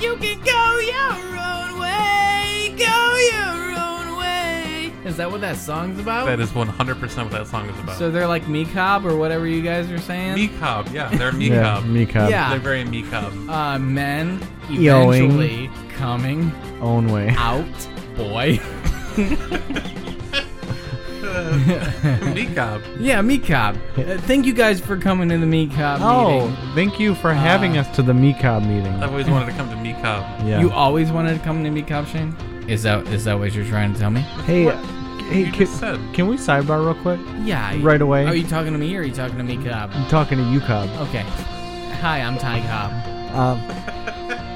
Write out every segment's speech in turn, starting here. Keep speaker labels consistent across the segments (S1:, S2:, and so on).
S1: You can go your own way. Go your own way. Is that what that song's about?
S2: That is 100% what that song is about.
S1: so they're like me cob or whatever you guys are saying.
S2: Mecob, yeah, they're
S3: Yeah,
S2: Mecob.
S3: Mika.
S1: Yeah.
S2: They're very Mecob.
S1: uh, men
S3: Yoing.
S1: eventually coming
S3: Own way.
S1: out, boy.
S2: Mecob.
S1: yeah, meat cob. Uh, thank you guys for coming to the meat cob
S3: Oh,
S1: meeting. Uh,
S3: thank you for having us to the Mika meeting.
S2: I've always wanted to come to Mecob.
S3: Yeah.
S1: You always wanted to come to meat cob, Shane. Is that is that what you're trying to tell me?
S3: hey, uh,
S2: What?
S3: hey,
S2: You
S3: can,
S2: just said.
S3: can we sidebar real quick?
S1: Yeah. I-
S3: Right away.
S1: Are you talking to me or are you talking to meat cob?
S3: I'm talking to you, Cobb.
S1: Okay. Hi, I'm Ty Cobb.
S3: Um,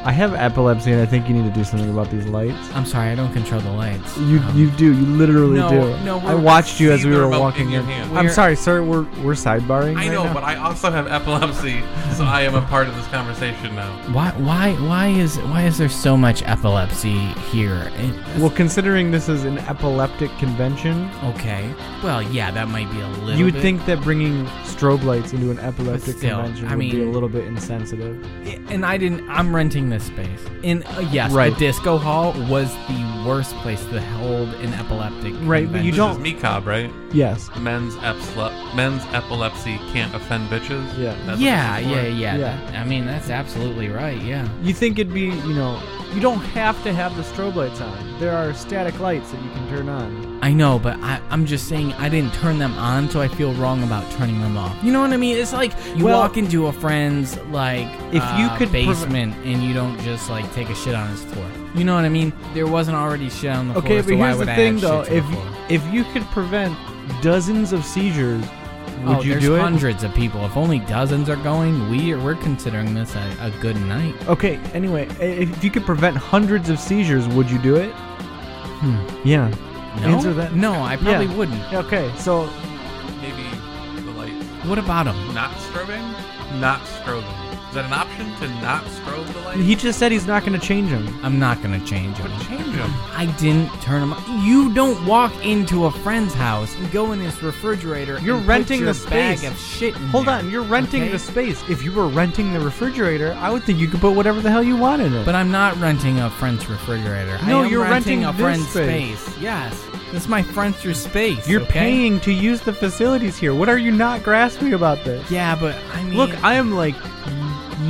S3: I have epilepsy, and I think you need to do something about these lights.
S1: I'm sorry, I don't control the lights.
S3: You you do. You literally
S1: Um, No,
S3: do.
S1: no, we're-
S3: I watched you as
S2: See
S3: we
S2: the
S3: were
S2: remote
S3: walking
S2: in your
S3: in.
S2: hand.
S3: I'm
S1: We're-
S3: sorry, sir. We're we're sidebarring.
S2: I
S3: right
S2: know,
S3: now.
S2: but I also have epilepsy, so I am a part of this conversation now.
S1: Why why why is why is there so much epilepsy here? It-
S3: Well, considering this is an epileptic convention,
S1: okay. Well, yeah, that might be a little
S3: you would
S1: bit-
S3: think that bringing strobe lights into an epileptic
S1: still,
S3: convention
S1: I
S3: would be a
S1: mean-
S3: little bit insensitive.
S1: and I didn't I'm renting this space. And uh, yes,
S3: Right.
S1: the disco hall was the worst place to hold an epileptic.
S3: Right, but you
S1: convention.
S2: This
S3: Don't-
S2: is Mecob, right?
S3: Yes.
S2: Men's, epsle- men's epilepsy can't offend bitches.
S3: Yeah.
S2: what
S1: Yeah,
S2: this is
S1: yeah,
S2: for.
S1: yeah,
S3: Yeah.
S1: that- I mean, that's absolutely right. Yeah.
S3: You think it'd be, you know, you don't have to have the strobe lights on. There are static lights that you can turn on.
S1: I know, but I, I'm just saying I didn't turn them on, so I feel wrong about turning them off. You know what I mean? It's like you
S3: Well-
S1: walk into a friend's like
S3: If you
S1: uh,
S3: could prev-
S1: basement and you don't just like take a shit on his floor. You know what I mean? There wasn't already shit on the
S3: Okay,
S1: floor. so
S3: but
S1: why
S3: here's the
S1: would I
S3: thing,
S1: add
S3: though.
S1: shit to
S3: If
S1: the floor?
S3: if you could prevent dozens of seizures, would
S1: oh,
S3: you
S1: there's
S3: do it?
S1: hundreds of people. If only dozens are going, we are, we're considering this a, a good night.
S3: Okay. Anyway, i- if you could prevent hundreds of seizures, would you do it? Yeah.
S1: No?
S3: Answer that.
S1: No, Hmm. I probably
S3: Yeah.
S1: wouldn't.
S3: Okay. So
S2: Maybe the light
S1: What about them?
S2: not strobing? Not strobing. Is that an option to not strobe the light?
S3: he just said he's not going to change them.
S1: I'm not gonna change them.
S2: But change them.
S1: I didn't turn them. On. You don't walk into a friend's house and go in his refrigerator.
S3: You're
S1: and put
S3: renting
S1: your
S3: the space.
S1: Bag of shit. in
S3: Hold
S1: there,
S3: on, you're renting
S1: okay?
S3: the space. If you were renting the refrigerator, I would think you could put whatever the hell you want in it.
S1: But I'm not renting a friend's refrigerator.
S3: No,
S1: I am
S3: you're renting
S1: a
S3: this
S1: friend's
S3: space.
S1: space. Yes, this is my friend's space.
S3: You're
S1: okay?
S3: paying to use the facilities here. What are you not grasping about this?
S1: Yeah, but I mean,
S3: Look, I am like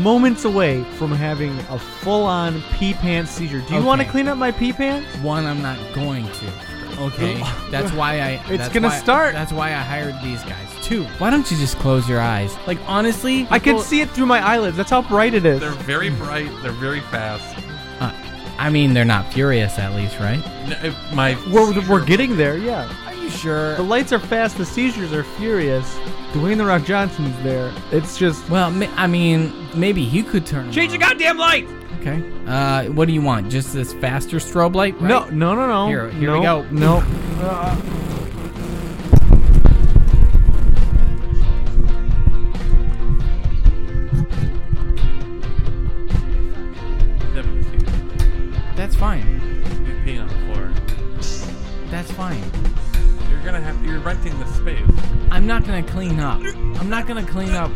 S3: moments away from having a full-on pee pants seizure. Do you want to
S1: Okay.
S3: clean up my pee pants?
S1: one, I'm not going to. Okay, that's why I.
S3: It's
S1: that's
S3: gonna
S1: why-
S3: start.
S1: That's why I hired these guys. Two. Why don't you just close your eyes? Like honestly,
S3: I can
S1: people-
S3: see it through my eyelids. That's how bright it is.
S2: They're very bright. They're very fast.
S1: Uh, I mean, they're not furious, at least, right?
S2: N- if My
S3: We're,
S2: seizure-
S3: we're getting there, yeah.
S1: Are you sure?
S3: The lights are fast. The seizures are furious. Dwayne the Rock Johnson's there. It's just
S1: Well, ma- I mean, maybe he could turn.
S3: change the goddamn light.
S1: Okay. Uh, what do you want? Just this faster strobe light? right?
S3: No, no, no, no.
S1: Here- here
S3: no,
S1: we go.
S3: No.
S2: Never see it.
S1: That's fine.
S2: You're peeing on the floor.
S1: That's fine.
S2: You're gonna have. You're renting the space.
S1: I'm not gonna clean up. I'm not gonna clean up.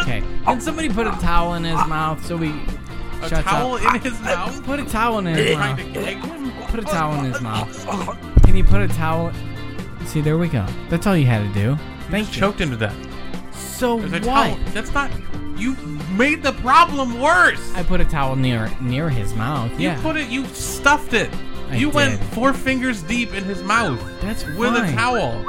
S1: Okay. Can somebody put a towel in his mouth so he
S2: A
S1: shuts
S2: towel
S1: up?
S2: in his mouth.
S1: Put a towel in his
S2: Trying
S1: mouth.
S2: to gag him.
S1: Put a towel in his mouth. Can you put a towel? See, there we go. That's all you had to do.
S2: He
S1: Thank you.
S2: choked into that.
S1: So
S2: There's a
S1: what?
S2: towel. That's not. You made the problem worse.
S1: I put a towel near near his mouth. yeah.
S2: You put it. You stuffed it.
S1: I
S2: you went
S1: did.
S2: four fingers deep in his mouth
S1: That's
S2: with a
S1: fine.
S2: towel.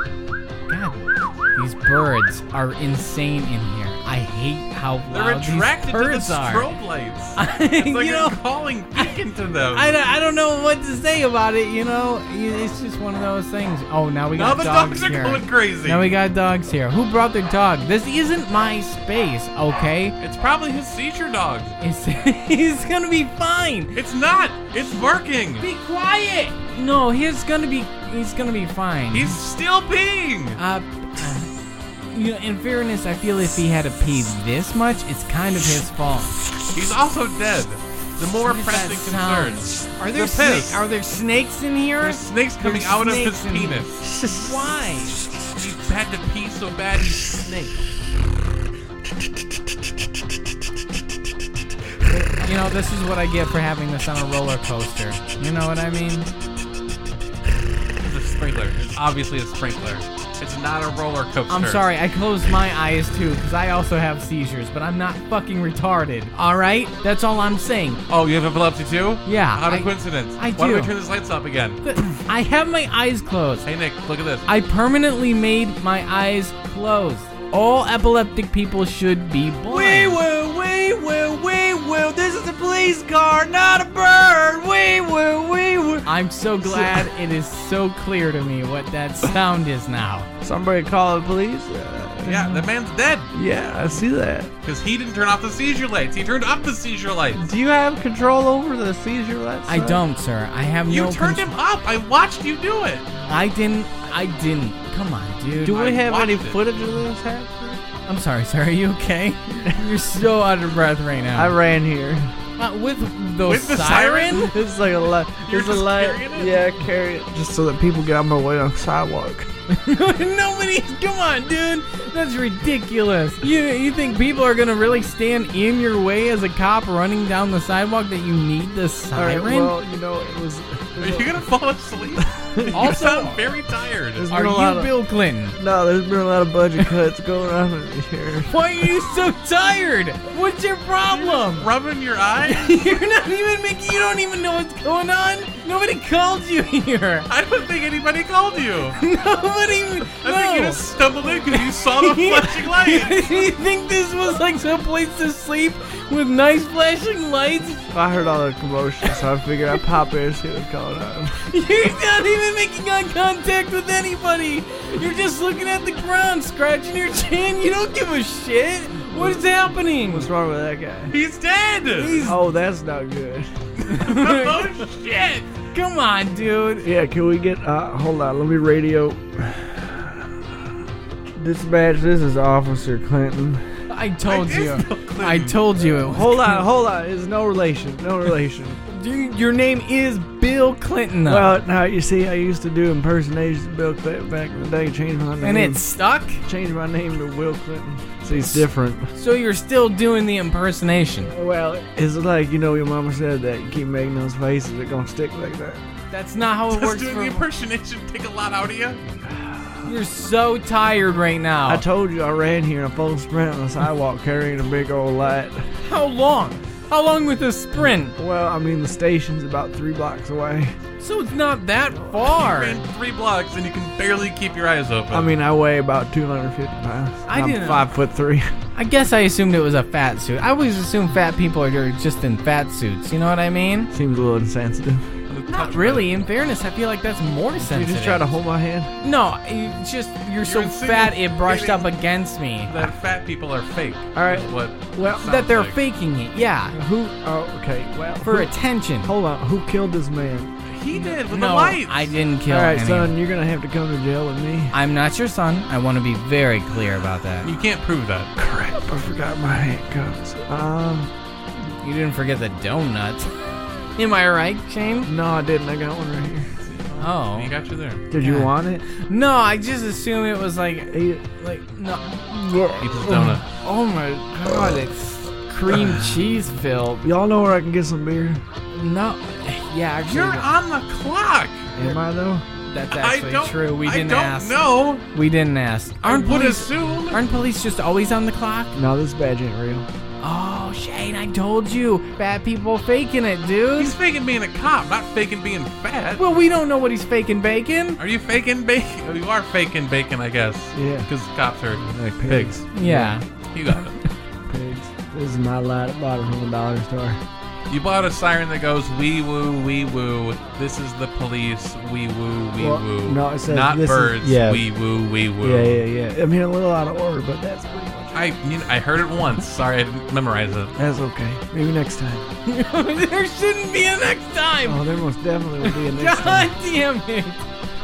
S1: God, these birds are insane in here. I hate how
S2: They're
S1: loud
S2: attracted
S1: these
S2: to the
S1: birds are.
S2: strobe lights.
S1: you
S2: It's like
S1: know,
S2: you're calling beacon to them.
S1: I don't, I don't know what to say about it. You know, it's just one of those things. Oh, now we
S2: now
S1: got
S2: the
S1: dogs
S2: dogs are
S1: here.
S2: going crazy.
S1: Now we got dogs here. Who brought their dog? This isn't my space, okay?
S2: It's probably his seizure dogs.
S1: It's he's gonna be fine.
S2: It's not. It's working.
S1: Be quiet. No, he's gonna be he's gonna be fine.
S2: He's still peeing.
S1: Uh, you know, in fairness, I feel if he had to pee this much, it's kind of his fault.
S2: He's also dead. The more
S1: What is that
S2: pressing
S1: sound?
S2: concerns.
S1: Are there
S2: the piss.
S1: snake, are there snakes in here?
S2: There's snakes coming
S1: There's
S2: out
S1: snakes
S2: of
S1: in
S2: his
S1: here.
S2: penis.
S1: Why?
S2: He had to pee so bad he snaked.
S1: There- You know, this is what I get for having this on a roller coaster. You know what I mean?
S2: It's a sprinkler. It's obviously a sprinkler. It's not a roller coaster.
S1: I'm sorry, I closed my eyes too, because I also have seizures, but I'm not fucking retarded. Alright? That's all I'm saying.
S2: Oh, you have epilepsy too?
S1: Yeah,
S2: Out of
S1: I-
S2: coincidence.
S1: I
S2: Why don't we
S1: do.
S2: turn these lights up again?
S1: But I have my eyes closed.
S2: Hey Nick, look at this.
S1: I permanently made my eyes closed. All epileptic people should be blind.
S3: We will, we will, we will. This is a police car, not a bird. We will, we will.
S1: I'm so glad it is so clear to me what that sound is now.
S3: Somebody call the police. Uh,
S2: yeah, the man's dead
S3: yeah, I see that.
S2: because he didn't turn off the seizure lights. He turned up the seizure lights.
S3: Do you have control over the seizure lights?
S1: I don't, sir. I have
S2: You
S1: no.
S2: turned
S1: contr-
S2: him up. I watched you do it.
S1: I didn't. I didn't. Come on, dude.
S3: Do
S2: I
S3: we have any
S2: watched it.
S3: footage of this happening?
S1: I'm sorry, sir. Are you okay? You're so out of breath right
S3: I
S1: now.
S3: ran here.
S1: Uh, with the
S2: With the siren?
S3: It's like a light.
S2: You're
S3: It's a
S2: just
S3: light.
S2: carrying it?
S3: Yeah, carry it just so that people get out of my way on the sidewalk.
S1: Nobody. Come on, dude. That's ridiculous. You you think people are gonna really stand in your way as a cop running down the sidewalk that you need the siren?
S3: well, you know it was.
S2: Are you gonna fall asleep? you
S1: Also-
S2: sound very tired.
S3: There's
S1: are
S3: been a lot
S1: you
S3: of-
S1: Bill Clinton?
S3: No, there's been a lot of budget cuts going on here.
S1: Why are you so tired? What's your problem?
S2: Rubbing your eyes?
S1: You're not even making. You don't even know what's going on. Nobody called you here.
S2: I don't think anybody called you. I
S1: Nobody.
S2: think you
S1: no.
S2: just stumbled in because you saw the flashing lights.
S1: you think this was like some place to sleep with nice flashing lights?
S3: I heard all the commotion, so I figured I'd pop in and see what's going on.
S1: You're not even making eye contact with anybody. You're just looking at the ground, scratching your chin. You don't give a shit. What is happening?
S3: What's wrong with that guy?
S2: He's dead.
S1: He's-
S3: Oh, that's not good.
S2: oh shit.
S1: Come on, dude.
S3: Yeah, can we get? Uh, hold on, let me radio. Dispatch, this is Officer Clinton.
S1: I told
S2: It is
S1: you.
S2: Bill Clinton.
S1: uh, I told you. It was
S3: Hold on, hold on. It's no relation, no relation.
S1: Dude, your name is Bill Clinton, though.
S3: well, now you see, I used to do impersonations of Bill Clinton back in the day. Changed my name.
S1: and it stuck.
S3: changed my name to Will Clinton. See, it's different.
S1: So you're still doing the impersonation.
S3: Well, it's like you know your mama said that you keep making those faces, they're gonna stick like that.
S1: That's not how it
S2: Does
S1: works.
S2: doing
S1: for-
S2: the impersonation take a lot out of you?
S1: you're so tired right now.
S3: I told you I ran here in a full sprint on the sidewalk carrying a big old light.
S1: how long? How long with this sprint?
S3: Well, I mean the station's about three blocks away.
S1: So it's not that far.
S2: ran three blocks and you can barely keep your eyes open.
S3: I mean I weigh about 250 pounds.
S1: I
S3: I'm
S1: didn't-
S3: five foot three.
S1: I guess I assumed it was a fat suit. I always assume fat people are just in fat suits. You know what I mean?
S3: Seems a little insensitive.
S1: Not really. In fairness, I feel like that's more sensitive.
S3: You just try to hold my hand.
S1: No, it's just you're, so
S2: insinuating-
S1: fat it brushed up against me.
S2: that fat people are fake. All
S3: right.
S2: What?
S3: Well,
S2: sounds
S1: That they're
S2: like.
S1: faking it. Yeah,
S3: Who? Oh, okay. Well,
S1: for
S3: who-
S1: attention.
S3: Hold on. Who killed this man?
S2: He did with the
S1: No,
S2: lights.
S1: I didn't kill
S3: All right,
S1: any.
S3: son, you're gonna have to come to jail with me.
S1: I'm not your son. I want to be very clear about that.
S2: You can't prove that.
S3: Crap, I forgot my handcuffs. Um,
S1: You didn't forget the donut. Am I right, Shane?
S3: no, I didn't. I got one right here.
S2: He
S1: Oh.
S2: got you there.
S3: Did you
S1: God.
S3: want it?
S1: No, I just assumed it was like
S3: Eat it.
S1: like no.
S2: Eat this donut.
S1: Oh my god, it's cream cheese filled.
S3: Y'all know where I can get some beer?
S1: No. Yeah, actually
S2: You're on the clock.
S3: Am I though?
S1: that's
S2: I
S1: actually
S2: don't,
S1: true. We didn't
S2: I don't
S1: ask.
S2: know.
S1: We didn't ask. Aren't
S2: I would
S1: police
S2: assume.
S1: Aren't police just always on the clock?
S3: No, this badge ain't real.
S1: Oh, Shane, I told you. Fat people faking it, dude.
S2: He's faking being a cop, not faking being fat.
S1: Well, we don't know what he's faking bacon.
S2: Are you faking bacon? Oh, you are faking bacon, I guess.
S3: Yeah.
S2: Because cops are
S3: Like
S2: pigs.
S1: Yeah.
S2: You got it.
S3: Pigs. This is my light I bought it from the dollar store.
S2: You bought a siren that goes wee woo wee woo. This is the police. Wee woo wee
S3: Well,
S2: woo.
S3: no, it says
S2: not
S3: this is-
S2: birds.
S3: yeah.
S2: Wee woo wee woo.
S3: Yeah, yeah, yeah. I mean, a little out of order, but that's pretty much.
S2: I you know, I heard it once. Sorry, I didn't memorize it.
S3: That's okay. Maybe next time.
S1: there shouldn't be a next time.
S3: Oh, there most definitely will be a next
S1: God
S3: time.
S1: damn it.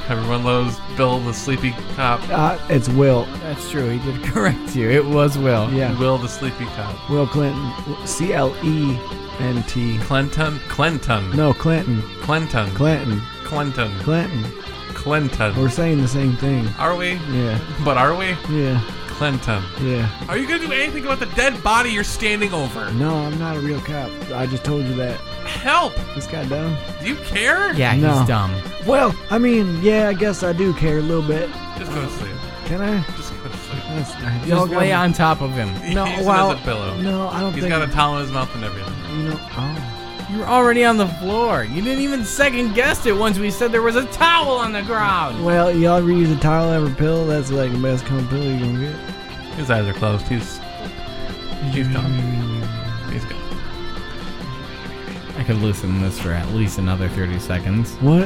S2: Everyone loves Bill the sleepy cop.
S3: Uh, it's Will.
S1: That's true. He did correct you. It was Will.
S3: Yeah,
S2: Will the sleepy cop.
S3: Will Clinton. C L E N T.
S2: Clinton. Clinton.
S3: No, Clinton.
S2: Clinton.
S3: Clinton.
S2: Clinton.
S3: Clinton.
S2: Clinton.
S3: We're saying the same thing.
S2: Are we?
S3: Yeah.
S2: But are we?
S3: Yeah.
S2: Clinton.
S4: Yeah.
S2: Are you gonna do anything about the dead body you're standing over?
S4: No, I'm not a real cop. I just told you that.
S2: Help!
S4: This guy dumb.
S2: Do you care?
S1: Yeah,
S4: No.
S1: he's dumb.
S4: Well, I mean, yeah, I guess I do care a little bit.
S2: Just go to sleep.
S4: Can I?
S2: Just go to sleep.
S4: That's, y'all
S1: Just
S4: got
S1: lay
S4: me-
S1: on top of him.
S4: No,
S2: he just
S4: well,
S2: has a pillow.
S4: no, I don't
S2: He's
S4: think.
S2: got a towel in his mouth and everything.
S4: you know, oh,
S1: You're already on the floor. You didn't even second guess it once we said there was a towel on the ground.
S4: well, y'all ever use a tile ever pill? That's like the best kind of pill you gonna get.
S2: His eyes are closed. He's he's gone. Mm. He's gone.
S1: I could listen to this for at least another 30 seconds.
S4: What?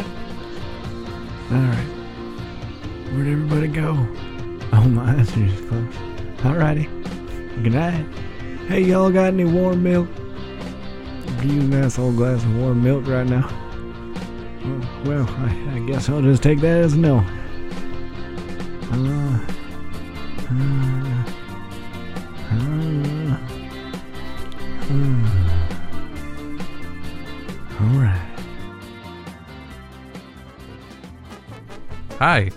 S4: All right. Where'd everybody go? Oh, my eyes are just closed. Alrighty. Good night. Hey, y'all got any warm milk? Give you an asshole glass of warm milk right now. Oh, Well, I, I guess I'll just take that as a no. Uh, uh, uh, uh. All right.
S2: Hi,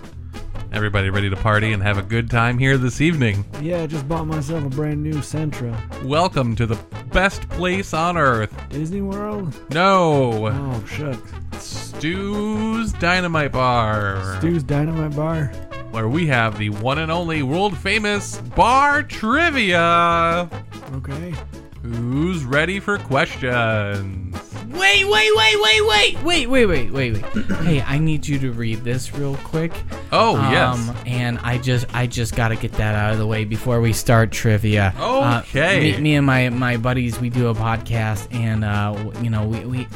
S2: everybody, ready to party and have a good time here this evening?
S4: Yeah, I just bought myself a brand new Sentra.
S2: Welcome to the best place on earth.
S4: Disney World?
S2: No,
S4: Oh, shucks.
S2: Stu's Dynamite Bar,
S4: Stu's Dynamite Bar.
S2: where we have the one and only world famous bar trivia.
S4: Okay.
S2: Who's ready for questions?
S1: Wait, wait, wait, wait, wait! Wait, wait, wait, wait, wait. hey, I need you to read this real quick.
S2: Oh
S1: Um,
S2: yes.
S1: And I just I just gotta get that out of the way before we start trivia. Uh,
S2: Okay.
S1: me, me and my my buddies we do a podcast and uh w- you know we we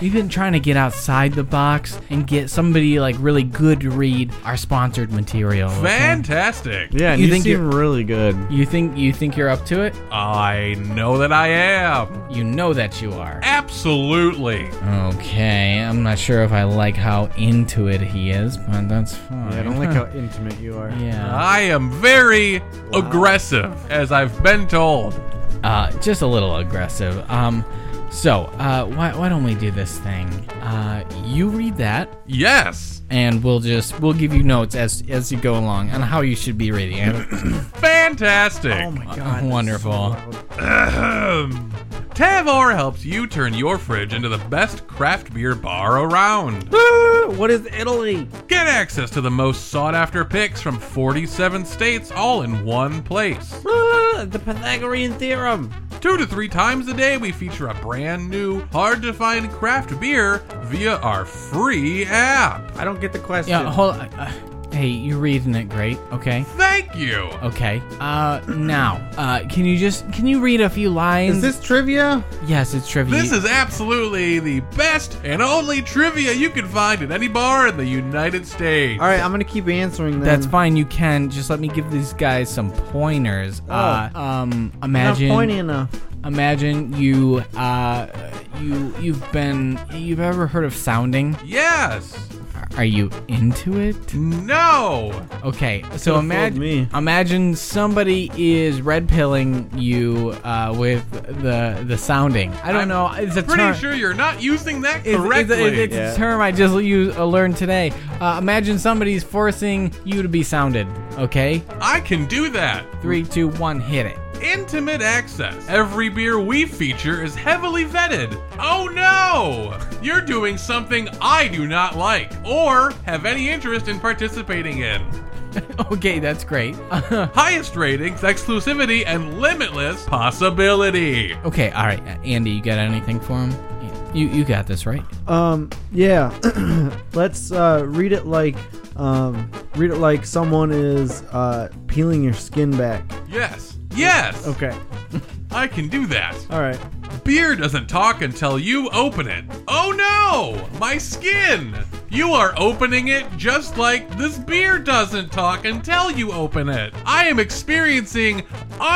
S1: we've been trying to get outside the box and get somebody like really good to read our sponsored material. okay?
S2: Fantastic.
S3: Yeah, and
S1: You
S3: you,
S1: think
S3: seem really good.
S1: You think you think you're up to it?
S2: I know that I am.
S1: You know that you are.
S2: Absolutely.
S1: Okay, I'm not sure if I like how into it he is, but that's fine.
S3: Yeah, I don't like how intimate you are.
S1: Yeah,
S2: I am very aggressive, as I've been told.
S1: uh, just a little aggressive. Um, so uh, why why don't we do this thing? Uh, you read that,
S2: Yes.
S1: and we'll just we'll give you notes as as you go along on how you should be reading it.
S2: Fantastic.
S3: Oh
S1: Oh Wonderful.
S2: Ahem. Tavor helps you turn your fridge into the best craft beer bar around.
S3: Ah, What is Italy?
S2: Get access to the most sought after picks from 47 states all in one place.
S3: Ah, the Pythagorean theorem.
S2: Two to three times a day, we feature a brand new, hard to find craft beer via our free app.
S3: I don't get the question.
S1: yeah, hold. Uh, hey, you're reading it great. Okay.
S2: Thank you.
S1: Okay. Uh, now, uh, can you just can you read a few lines?
S3: is this trivia?
S1: yes, it's trivia.
S2: This is absolutely the best and only trivia you can find at any bar in the United States.
S3: All right, I'm gonna keep answering. Then.
S1: That's fine. You can just let me give these guys some pointers. Uh, um,
S3: Not
S1: imagine,
S3: pointy enough.
S1: imagine you, uh, you, you've been, you've ever heard of sounding?
S2: Yes.
S1: Are you into it?
S2: No.
S1: Okay, so
S3: fooled
S1: imagine,
S3: me.
S1: imagine somebody is red pilling you uh, with the the sounding. I don't
S2: I'm
S1: know. It's a
S2: Pretty
S1: term-
S2: sure you're not using that
S1: It's, it's,
S2: correctly.
S1: it's, it's
S3: Yeah.
S1: a term I just used, uh, learned today. Uh, imagine somebody's forcing you to be sounded. Okay,
S2: I can do that.
S1: three, two, one, hit it.
S2: Intimate access. Every beer we feature is heavily vetted. Oh no! You're doing something I do not like or have any interest in participating in.
S1: Okay, that's great.
S2: Highest ratings, exclusivity, and limitless possibility.
S1: okay, all right, uh, Andy, you got anything for him? You you got this right.
S3: Um, yeah. Let's uh, read it like, um, read it like someone is uh, peeling your skin back.
S2: Yes. Yes.
S3: Okay.
S2: I can do that.
S3: All right.
S2: Beer doesn't talk until you open it. Oh no! My skin! You are opening it just like this beer doesn't talk until you open it. I am experiencing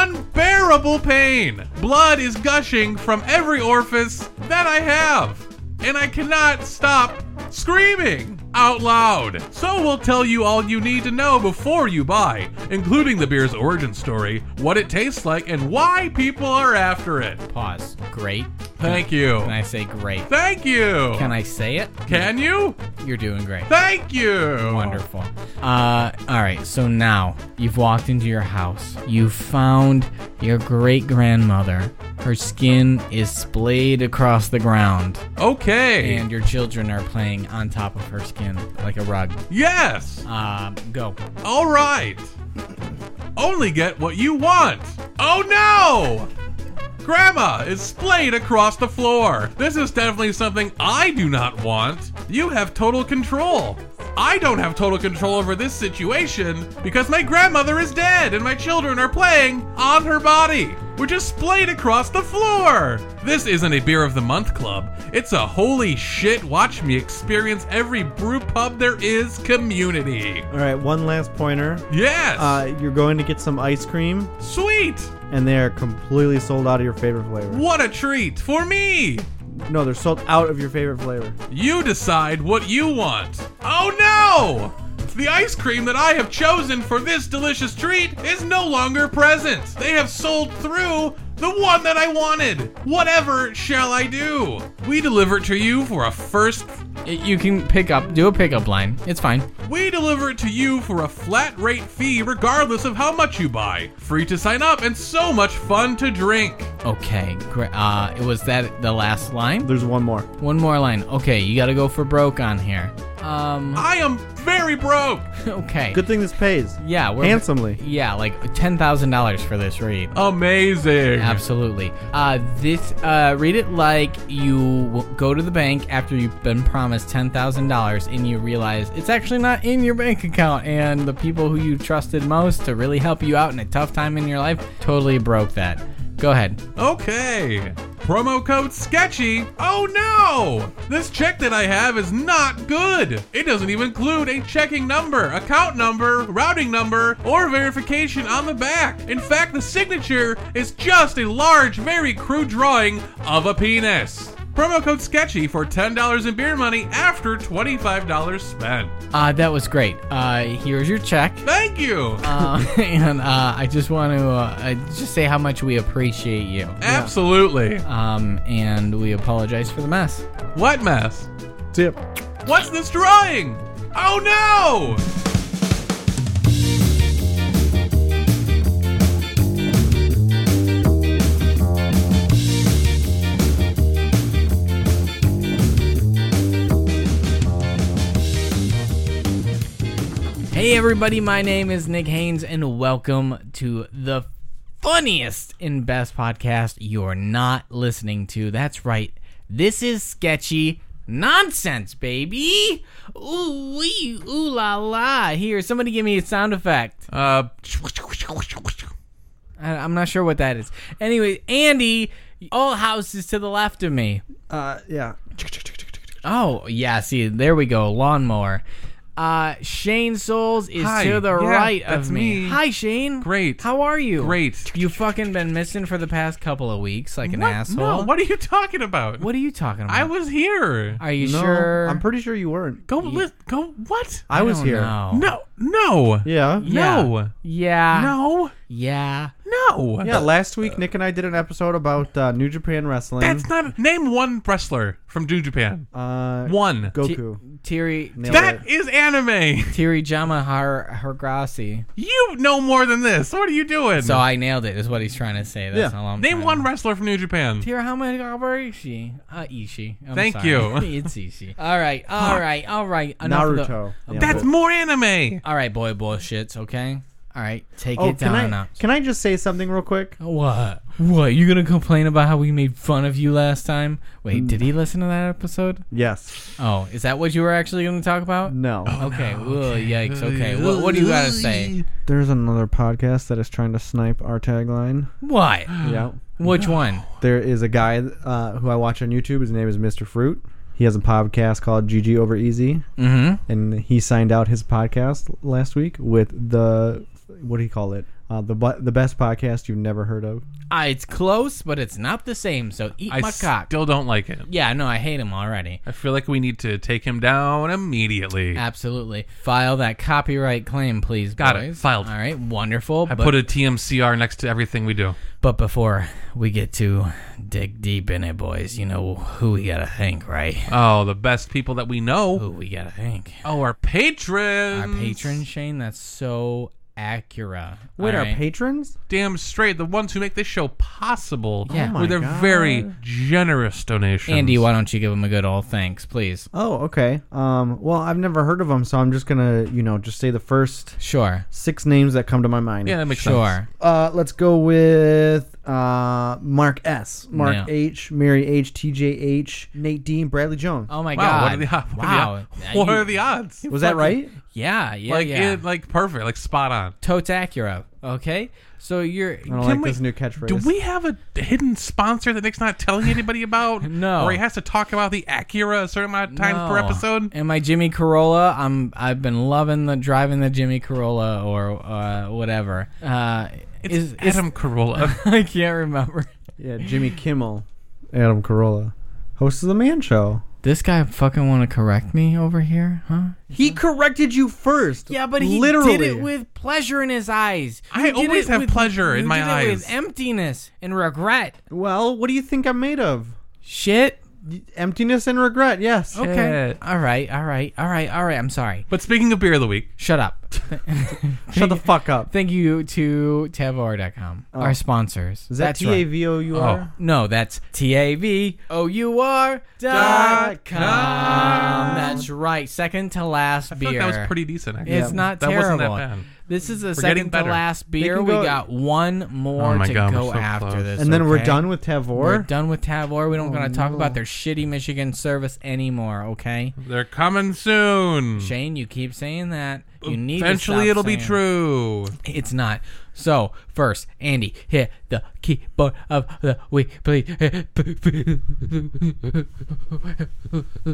S2: unbearable pain. Blood is gushing from every orifice that I have, and I cannot stop screaming. out loud. So we'll tell you all you need to know before you buy, including the beer's origin story, what it tastes like, and why people are after it.
S1: Pause. Great.
S2: Thank you.
S1: Can I say great?
S2: Thank you.
S1: Can I say it?
S2: Can you?
S1: You're doing great.
S2: Thank you.
S1: Wonderful. Uh, all right. So now you've walked into your house. You found your great grandmother. Her skin is splayed across the ground,
S2: Okay.
S1: and your children are playing on top of her skin like a rug.
S2: yes.
S1: Um, go.
S2: All right. Only get what you want. Oh no! Grandma is splayed across the floor. This is definitely something I do not want. You have total control. I don't have total control over this situation because my grandmother is dead and my children are playing on her body. We're just splayed across the floor. This isn't a beer of the month club. It's a holy shit, watch me experience every brew pub there is community.
S3: All right, one last pointer.
S2: Yes.
S3: Uh, you're going to get some ice cream,
S2: Sweet!
S3: and they are completely sold out of your favorite flavor.
S2: What a treat for me!
S3: No, they're sold out of your favorite flavor.
S2: You decide what you want. Oh no! The ice cream that I have chosen for this delicious treat is no longer present. They have sold through the one that I wanted. Whatever shall I do? We deliver it to you for a first.
S1: You can pick up. Do a pickup line. It's fine.
S2: We deliver it to you for a flat rate fee, regardless of how much you buy. Free to sign up and so much fun to drink.
S1: Okay. Gra- uh, was that the last line?
S3: There's one more.
S1: One more line. Okay. You got to go for broke on here. Um.
S2: I am very broke.
S1: Okay.
S3: Good thing this pays.
S1: Yeah. We're
S3: Handsomely.
S1: Yeah, like ten thousand dollars for this read.
S2: Oh, Amazing.
S1: Absolutely. Uh, this uh, read it like you w- go to the bank after you've been promised ten thousand dollars, and you realize it's actually not in your bank account, and the people who you trusted most to really help you out in a tough time in your life totally broke that. Go ahead.
S2: Okay. Promo code sketchy. Oh no! This check that I have is not good. It doesn't even include a checking number, account number, routing number, or verification on the back. In fact, the signature is just a large, very crude drawing of a penis. Promo code sketchy for $10 in beer money after $25 spent.
S1: Uh, that was great. Uh, here's your check.
S2: Thank you.
S1: Uh, and uh, I just want to uh, I just say how much we appreciate you.
S2: Absolutely.
S1: Um, and we apologize for the mess.
S2: What mess?
S3: Tip.
S2: What's this drawing? Oh no!
S1: Hey, everybody, my name is Nick Haynes, and welcome to the funniest and best podcast you're not listening to. That's right, this is sketchy nonsense, baby. Ooh, wee, ooh la la. Here, somebody give me a sound effect.
S2: Uh,
S1: I, I'm not sure what that is. Anyway, Andy, all house is to the left of me.
S3: Uh, yeah.
S1: Oh, yeah, see, there we go, lawnmower. Uh, Shane Souls is
S2: Hi,
S1: to the
S2: yeah,
S1: right of
S2: that's
S1: me.
S2: me.
S1: Hi, Shane.
S2: Great.
S1: How are you?
S2: Great.
S1: You fucking been missing for the past couple of weeks, like an
S2: What?
S1: asshole.
S2: No, what are you talking about?
S1: What are you talking about?
S2: I was here.
S1: are you
S3: No,
S1: sure?
S3: I'm pretty sure you weren't.
S2: go lis- go what?
S3: I, was
S1: don't
S3: here.
S1: know.
S2: no. No.
S3: Yeah.
S1: Oh. Yeah.
S2: No.
S1: Yeah.
S2: No.
S1: Yeah.
S2: No.
S3: Yeah, last week Nick and I did an episode about uh, New Japan Wrestling.
S2: That's not name one wrestler from New Japan.
S3: uh,
S2: One.
S1: T-
S3: Goku.
S1: Tiri
S3: Nailed
S2: That
S3: it.
S2: is anime.
S1: Tiri Jamahar Hargrassi.
S2: You know more than this. What are you doing?
S1: So I nailed it. Is what he's trying to say. That's
S3: Yeah.
S1: all I'm.
S2: name
S1: trying
S2: one
S1: To.
S2: wrestler from New Japan.
S1: Tira Hamagabarishi. Uh, Ishii. I'm
S2: Thank
S1: sorry.
S2: you.
S1: it's Ishii. All right. All right. All right. Enough of the-
S3: Naruto. Yeah,
S2: That's
S3: but-
S2: more anime.
S1: All right, boy, bullshits. Okay. All right, take
S3: Oh,
S1: it
S3: can
S1: down
S3: I
S1: a notch.
S3: can I just say something real quick?
S1: What? What? You gonna complain about how we made fun of you last time? Wait, did he listen to that episode?
S3: Yes.
S1: Oh, is that what you were actually gonna talk about?
S3: No.
S1: Okay. Whoa, yikes. Okay. What, what do you gotta say?
S3: There's another podcast that is trying to snipe our tagline.
S1: What?
S3: Yeah.
S1: Which one?
S3: There is a guy uh, who I watch on YouTube. His name is Mr. Fruit. He has a podcast called GG Over Easy,
S1: Mm-hmm.
S3: and he signed out his podcast last week with the what do you call it? Uh, the bu- the best podcast you've never heard of.
S1: Ah, it's close, but it's not the same. So eat
S2: I
S1: my cock.
S2: still don't like him.
S1: yeah, no, I hate him already.
S2: I feel like we need to take him down immediately.
S1: Absolutely. File that copyright claim, please.
S2: Got it.
S1: boys.
S2: Filed.
S1: All right. Wonderful.
S2: I
S1: but,
S2: put a TMCR next to everything we do.
S1: but before we get to dig deep in it, boys, you know who we gotta thank, right?
S2: Oh, the best people that we know.
S1: Who we gotta thank?
S2: Oh, our patrons.
S1: Our patron Shane. That's so Acura.
S3: Wait,
S1: All
S3: our
S1: right.
S3: patrons?
S2: Damn straight, the ones who make this show possible
S1: Yeah. Oh my
S2: with their
S3: God.
S2: very generous donations.
S1: Andy, why don't you give him a good old thanks, please?
S3: Oh, okay. Um, well, I've never heard of them, so I'm just gonna, you know, just say the first
S1: Sure.
S3: six names that come to my mind.
S2: Yeah, that makes sense.
S1: Sure.
S3: Uh, let's go with uh, Mark S, Mark
S1: No.
S3: H, Mary H, TJ H, Nate D, and Bradley Jones.
S1: Oh my
S2: Wow, what
S1: god.
S2: are the, what
S1: wow.
S2: Are the,
S1: Now
S2: what
S1: you-
S2: are the odds?
S3: Was that right?
S1: Yeah, yeah,
S2: Like,
S1: yeah.
S2: it, like perfect, like spot on.
S1: Totes Acura. Okay, so you're
S3: I don't
S2: Can
S3: like
S2: we-
S3: this new catchphrase.
S2: Do we have a hidden sponsor that Nick's not telling anybody about?
S1: No.
S2: Or he has to talk about the Acura a certain amount of times per
S1: No.
S2: episode?
S1: And my Jimmy Corolla, I'm I've been loving the driving the Jimmy Corolla or uh, whatever. Uh, is, is
S2: Adam Carolla.
S1: I can't remember.
S3: Yeah, Jimmy Kimmel, Adam Carolla, host of the Man Show.
S1: This guy fucking want to correct me over here, huh?
S3: He corrected you first.
S1: Yeah, but he
S3: literally
S1: did it with pleasure in his eyes.
S2: I
S1: You did
S2: always
S1: it
S2: have pleasure
S1: you
S2: in my
S1: did it with
S2: eyes.
S1: emptiness and regret.
S3: Well, what do you think I'm made of?
S1: Shit.
S3: Emptiness and regret. Yes.
S1: Okay. All right. All right. All right. All right. I'm sorry.
S2: But speaking of beer of the week,
S1: Shut up.
S3: Shut the fuck up.
S1: Thank you to Tavor.com, our sponsors.
S3: Oh. Is that
S1: That's
S3: T
S1: right. Oh,
S3: A V O U R?
S1: No, that's T A V O U R dot com. That's right. Second to last
S2: I
S1: beer.
S2: thought that was pretty decent, actually.
S1: It's
S3: Yeah.
S1: not
S2: That
S1: terrible.
S2: wasn't that bad.
S1: This is the
S2: getting
S1: second to
S2: better.
S1: last beer.
S3: can
S1: we
S3: go-
S1: got one more
S2: Oh my
S1: to
S2: God,
S1: go
S2: we're so
S1: after
S2: close. Oh,
S1: this.
S3: And then
S1: Oh.
S3: we're
S1: okay?
S3: done with
S1: We're
S3: Tavor.
S1: done with Tavor. We don't gotta talk about their shitty Michigan service anymore. Okay,
S2: They're coming soon.
S1: Shane, you keep saying that. You need to
S2: Eventually,
S1: stop
S2: it'll be
S1: saying it.
S2: true.
S1: It's not. So first, Andy, hit the keyboard of the week, please.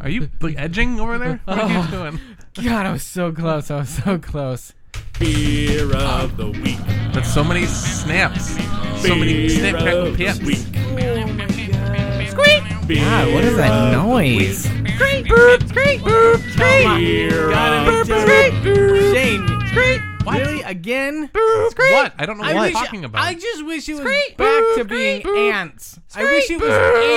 S2: Are you like, edging over there? What are you doing?
S1: God, I was so close. I was so close.
S5: Beer of the week.
S2: That's so many snaps. So many snip crackle pips.
S5: Beer
S1: God, Ah, what is that noise? Great boop, great boop, great.
S5: of the
S1: Shane, great. Really again?
S2: What? I don't know what
S1: I
S2: you're
S1: wish,
S2: talking about.
S1: I just wish it was back to being ants. I wish it was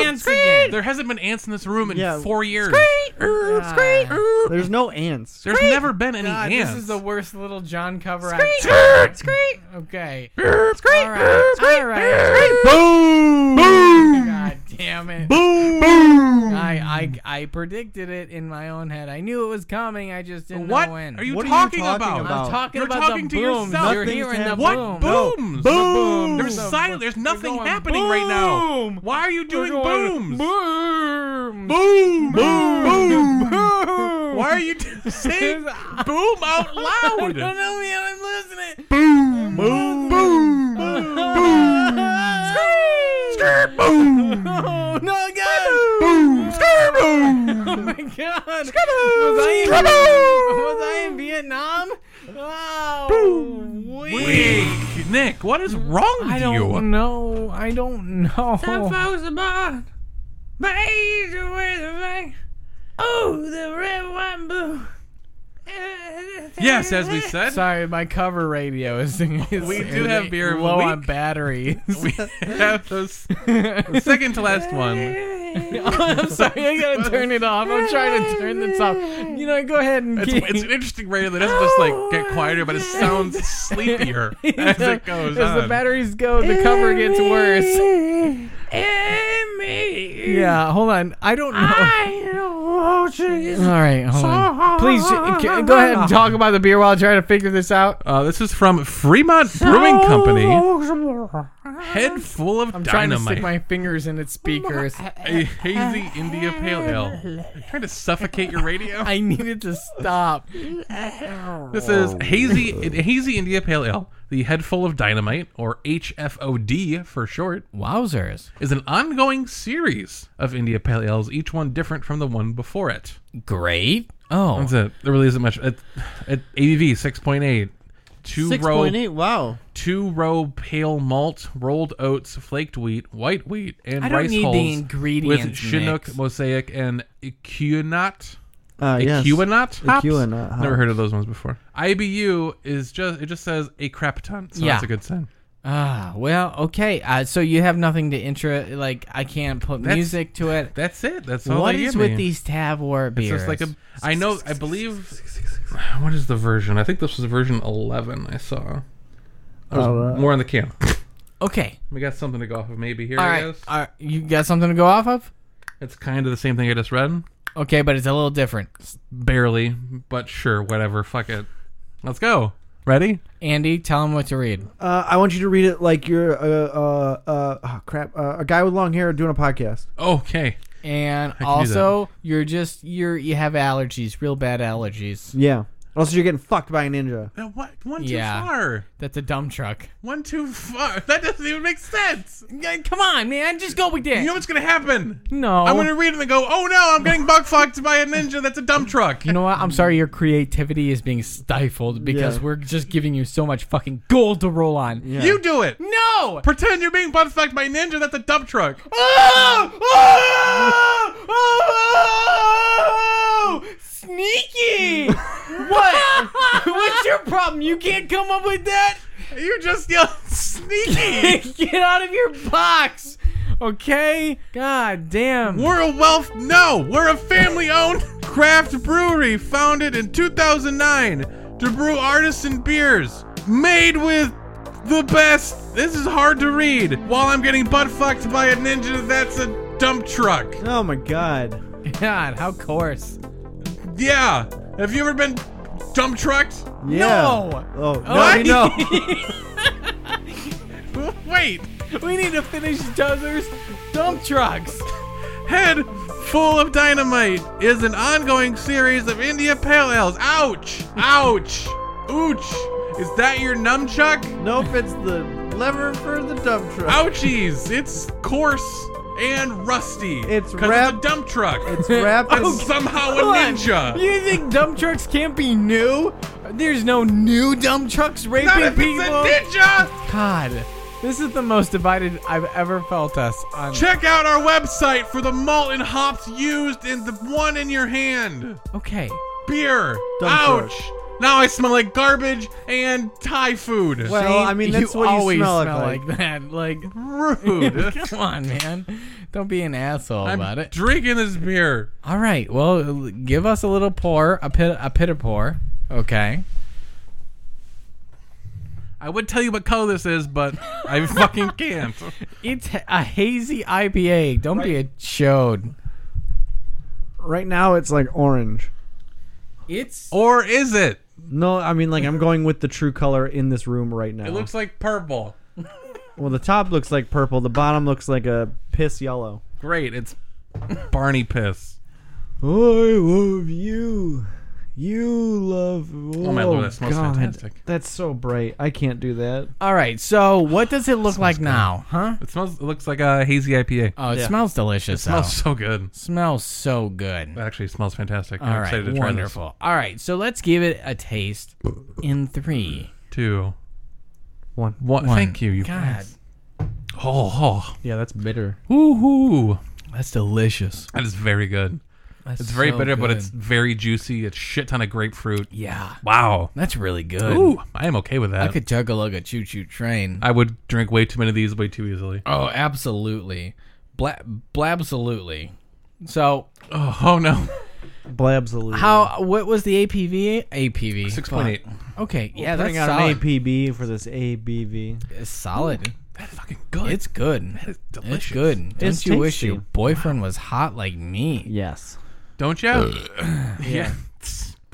S1: ants again.
S2: there hasn't been ants in this room in
S3: Yeah.
S2: four years.
S3: There's no ants.
S2: There's never been any
S1: God,
S2: ants.
S1: this is the worst little John cover. Scream! Scream! Okay. Scream! All right. All right.
S2: boom! Boom!
S1: Oh God damn it.
S2: Boom! Boom!
S1: I, I I predicted it in my own head. I knew it was coming. I just didn't
S2: What
S1: know when.
S2: are you,
S3: What are you
S2: talking,
S3: talking
S2: about?
S3: about?
S1: I'm talking
S2: You're
S1: about
S2: talking
S1: the
S2: to
S1: booms.
S2: yourself.
S1: You're
S3: Nothing's
S1: hearing the
S3: happening.
S2: What
S1: boom.
S2: booms?
S1: Boom.
S2: There's silent. There's nothing
S1: going
S2: happening right
S1: boom.
S2: now. Why are you doing booms?
S1: Boom.
S2: Boom! Boom! Boom! Why are you t- saying boom out
S1: I don't
S2: loud?
S1: know, man. I'm listening.
S2: Boom! Boom! Boom! Boom! Skirt! Boom!
S1: Oh no, God!
S2: Boom! Skirt!
S1: Oh
S2: Boom!
S1: my God! Was I in, was I in Vietnam? Oh, wait.
S2: Weak. Nick, what is wrong with
S1: I
S2: you?
S1: don't know. I don't know.
S2: Yes, as we said.
S1: Sorry, my cover radio is singing.
S2: We do have beer of the
S1: low
S2: week.
S1: on batteries.
S2: We have those second to last one.
S1: I'm sorry, I gotta turn it off. I'm trying to turn this off. You know, go ahead and
S2: It's,
S1: keep-
S2: it's an interesting radio that doesn't just like get quieter, but it sounds sleepier as it goes
S1: As the
S2: on.
S1: batteries go, the cover gets worse. Yeah, hold on. I don't know. All right, hold on. Please j- c- go ahead and talk about the beer while I try to figure this out.
S2: Uh, this is from Fremont Brewing Company. Head full of
S1: I'm trying to
S2: dynamite.
S1: stick my fingers in its speakers.
S2: a hazy India Pale Ale. Are you trying to suffocate your radio?
S1: I needed to stop.
S2: This is hazy hazy India Pale Ale. The Head Full of Dynamite, or HFOD for short,
S1: Wowzers.
S2: is an ongoing series of India Pale Ales, each one different from the one before it.
S1: Great. Oh.
S2: That's it. There really isn't much. It, it, ABV 6.8, two
S6: Six
S2: row
S6: point eight. Wow.
S2: two row pale malt, rolled oats, flaked wheat, white wheat, and
S1: I don't
S2: rice
S1: need the
S2: hulls with
S1: ingredients
S2: Chinook,
S1: mix.
S2: mosaic, and Equinot.
S3: Uh, yes.
S2: Equinot hops.
S3: Equinot hops.
S2: Never heard of those ones before. IBU is just it just says a crap ton, so
S1: Yeah.
S2: that's a good sign.
S1: Ah, well, okay. Uh, so you have nothing to intro. Like I can't put
S2: That's-
S1: music to it.
S2: That's it. That's all.
S1: What
S2: they
S1: is
S2: give
S1: with
S2: me.
S1: these Tavor
S2: It's
S1: beers?
S2: just like a. I know. I believe. What is the version? I think this was version eleven. I saw. I was
S3: All right.
S2: More on the can.
S1: okay.
S2: We got something to go off of. Maybe here.
S1: All
S2: I
S1: right.
S2: guess.
S1: All right. You got something to go off of?
S2: It's kind of the same thing I just read.
S1: Okay, but it's a little different.
S2: Barely, but sure, whatever. Fuck it. Let's go. Ready?
S1: Andy, tell him what to read.
S3: Uh, I want you to read it like you're uh, uh, uh, oh, crap uh, a guy with long hair doing a podcast.
S2: Okay.
S1: And
S2: do
S1: also, you're just you're you have allergies, real bad allergies.
S3: Yeah. Also, you're getting fucked by a ninja.
S2: Now, what? One too
S1: Yeah.
S2: far.
S1: That's a dumb truck.
S2: One too far. That doesn't even make sense.
S1: Yeah, Come on, man, just go with
S2: You know
S1: that.
S2: what's gonna happen?
S1: No,
S2: I'm gonna read it and go, oh no, I'm getting bug fucked by a ninja. That's a dump truck.
S1: You know what? I'm sorry your creativity is being stifled because
S3: Yeah.
S1: we're just giving you so much fucking gold to roll on.
S3: Yeah.
S2: You do it.
S1: No!
S2: Pretend you're being butt fucked by ninja. That's a dump truck.
S1: Sneaky! what? What's your problem? You can't come up with that?
S2: You just yelled sneaky.
S1: Get out of your box! Okay? God damn.
S2: We're a wealth. No, we're a family owned craft brewery founded in 2009 to brew artisan beers made with the best. This is hard to read. While I'm getting butt fucked by a ninja, that's a dump truck.
S3: Oh my god.
S1: God, how coarse.
S2: Yeah. Have you ever been dump trucked?
S3: Yeah.
S1: No.
S3: Oh
S1: What?
S3: no, no.
S2: Wait.
S1: We need to finish Dozzer's dump trucks.
S2: Head Full of Dynamite is an ongoing series of India Pale Ales. Ouch! Ouch! Ouch! Is that your nunchuck?
S3: Nope, it's the lever for the dump truck.
S2: Ouchies! It's coarse and rusty.
S3: It's
S2: 'Cause
S3: wrapped-
S2: It's a dump truck.
S3: It's wrapped in
S2: I'm somehow a
S1: Come on.
S2: ninja.
S1: You think dump trucks can't be new? There's no new dump trucks raping
S2: Not if
S1: people.
S2: it's a ninja.
S1: God, this is the most divided I've ever felt us on.
S2: Check out our website for the malt and hops used in the one in your hand.
S1: Okay.
S2: Beer.
S3: Dump
S2: Ouch! Now I smell like garbage and Thai food.
S3: Well,
S1: See,
S3: I mean, that's
S1: you
S3: what you
S1: always
S3: smell like.
S1: like. that. Like,
S2: Rude.
S1: come on, man. Don't be an asshole
S2: I'm
S1: about it.
S2: drinking this beer.
S1: All right. Well, give us a little pour, a pit, a pitter pour. Okay.
S2: I would tell you what color this is, but I fucking can't.
S1: It's a hazy IPA. Don't be a chode.
S3: Right now, it's like orange.
S1: It's
S2: Or is it?
S3: No, I mean like I'm going with the true color in this room right now.
S2: It looks like purple.
S3: well, the top looks like purple. The bottom looks like a piss yellow.
S2: Great, it's Barney piss.
S3: I love you. You love. Oh,
S2: my lord, that smells
S3: God.
S2: fantastic.
S3: That's so bright. I can't do that.
S1: all right. So, what does it look like now, huh?
S2: It smells. It looks like a hazy IPA.
S1: Oh, it smells delicious. though.
S2: smells so good.
S1: smells so good.
S2: It actually smells fantastic.
S1: All
S2: I'm
S1: right,
S2: excited to try
S1: wonderful. All right, so let's give it a taste in three.
S2: this. Two.
S3: One.
S2: One.
S1: One.
S2: Thank you. You
S1: God,
S2: Oh,
S3: Yeah, that's bitter.
S2: oh. Woohoo.
S1: that's delicious.
S2: That is very good.
S1: That's
S2: It's very
S1: so
S2: bitter, but
S1: good.
S2: it's very juicy. It's shit ton of grapefruit.
S1: yeah,
S2: Wow.
S1: that's really good.
S2: Ooh, I am okay with that.
S1: I could chug a lug a choo choo train.
S2: I would drink way too many of these way too easily.
S1: oh, absolutely, Bla- blabsolutely. So
S2: Oh, oh no.
S3: Blabsolute.
S1: how? What was the APV? APV
S2: Six point eight.
S1: Fuck. Okay, yeah, that's
S3: Putting out an
S1: solid.
S3: APB for this ABV.
S1: It's solid.
S2: That's fucking good.
S1: It's good.
S2: It's delicious.
S1: It's good. Don't
S3: It's
S1: you wish
S3: tasty.
S1: your boyfriend was hot like me?
S3: Yes.
S2: Don't you? yeah.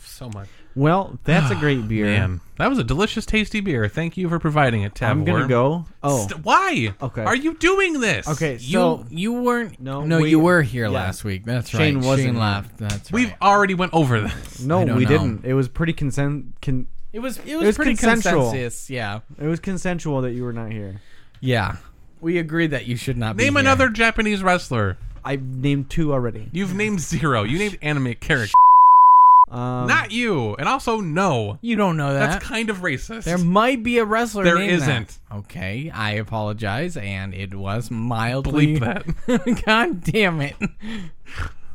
S2: so much.
S3: Well, that's a great beer.
S2: Man, that was a delicious, tasty beer. Thank you for providing it, Tavor.
S3: I'm gonna go. Oh,
S2: St- why?
S3: Okay.
S2: Are you doing this?
S3: okay.
S1: You
S3: So
S1: you weren't no
S3: No,
S1: no
S3: we-
S1: you were here
S3: yeah.
S1: last week. That's
S3: Shane
S1: right.
S3: wasn't
S1: Shane
S3: here.
S1: left. That's
S2: We've
S1: right.
S2: already went over this.
S3: no,
S1: I don't
S3: we
S1: know.
S3: didn't. It was pretty consent. Con-
S1: It was it
S3: was pretty consensual.
S1: consensus. Yeah
S3: it was consensual that you were not here.
S1: yeah. We agreed that you should not be
S2: Name
S1: here.
S2: another Japanese wrestler.
S3: I've named two already.
S2: You've named zero. You named anime character.
S3: Um,
S2: Not you. And also, no.
S1: You don't know that.
S2: That's kind of racist.
S1: there might be a wrestler.
S2: There
S1: named that.
S2: isn't.
S1: Okay, I apologize, and it was mildly.
S2: Bleep that.
S1: God damn it!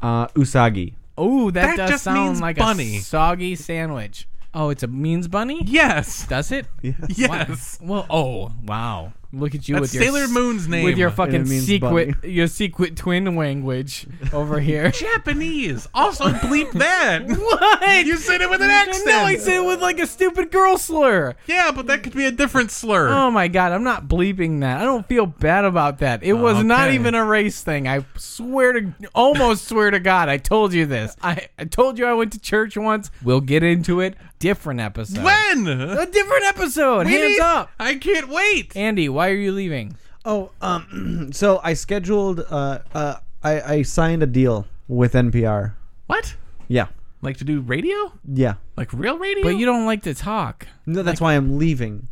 S3: uh, Usagi.
S1: Oh, that,
S2: That
S1: does
S2: just
S1: sound
S2: means
S1: like
S2: bunny.
S1: a soggy sandwich. Oh, it's a means bunny.
S2: Yes.
S1: Does it?
S2: Yes.
S1: Well, oh wow! Look at you
S2: That's
S1: with your
S2: Sailor
S1: s-
S2: Moon's name.
S1: with your
S3: And
S1: fucking
S3: it means
S1: secret your secret twin language over here.
S2: Japanese. Also, bleep that.
S1: what?
S2: You said it with an accent.
S1: No, I said it with like a stupid girl slur.
S2: Yeah, but that could be a different slur.
S1: Oh my god, I'm not bleeping that. I don't feel bad about that. It was not
S2: Okay.
S1: even a race thing. I swear to almost swear to God, I told you this. I, I told you I went to church once. We'll get into it. Different episode.
S2: when?
S1: A different episode.
S2: We
S1: Hands
S2: need-
S1: up.
S2: I can't wait.
S1: Andy, why are you leaving?
S3: Oh, um, so I scheduled. Uh, uh, I I signed a deal with NPR.
S2: What?
S3: Yeah,
S2: Like to do radio?
S3: yeah.
S2: Like real radio?
S1: But you don't like to talk.
S3: No, that's why I'm leaving.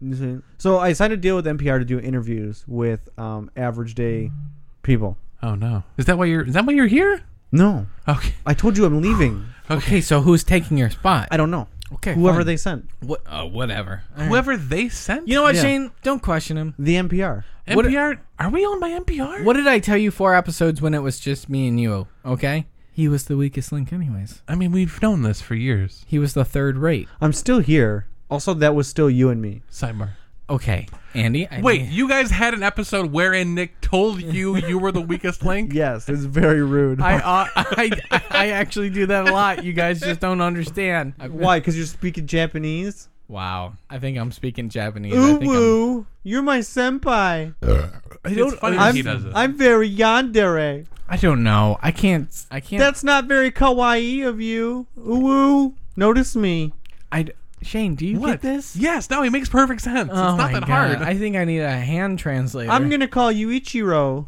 S3: You see? So I signed a deal with NPR to do interviews with um, average day people.
S2: Oh no. Is that why you're? Is that why you're here?
S3: No,
S2: Okay.
S3: I told you I'm leaving.
S1: Okay, so who's taking your spot?
S3: I don't know.
S1: okay,
S3: Whoever
S1: fine.
S3: they sent,
S1: What? Uh, whatever. All right.
S2: Whoever they sent.
S1: You know what,
S3: Yeah.
S1: Shane? Don't question him.
S3: the NPR.
S1: what-
S2: NPR. are we owned by NPR?
S1: What did I tell you four episodes when it was just me and you? Okay. He was the weakest link, anyways.
S2: I mean, we've known this for years.
S1: He was the third rate.
S3: I'm still here. Also, that was still you and me.
S2: Sidebar.
S1: Okay, Andy. I
S2: Wait,
S1: need-
S2: you guys had an episode wherein Nick told you you were the weakest link?
S3: Yes, it's very rude.
S1: I,
S3: Why?
S1: uh, I I I actually do that a lot. You guys just don't understand. I-
S3: Why? Because you're speaking Japanese.
S1: Wow. I think I'm speaking Japanese. I think I'm-
S3: Uwu, you're my senpai.
S2: It's funny that
S3: I'm,
S2: he does it.
S3: I'm very yandere.
S1: I don't know. I can't. I can't.
S3: That's not very kawaii of you. Uwu, notice me.
S1: I. Shane, do you get
S2: What?
S1: this?
S2: Yes, no, it makes perfect sense.
S1: Oh
S2: it's not
S1: my
S2: that
S1: God.
S2: hard.
S1: I think I need a hand translator.
S3: I'm gonna call you Ichiro.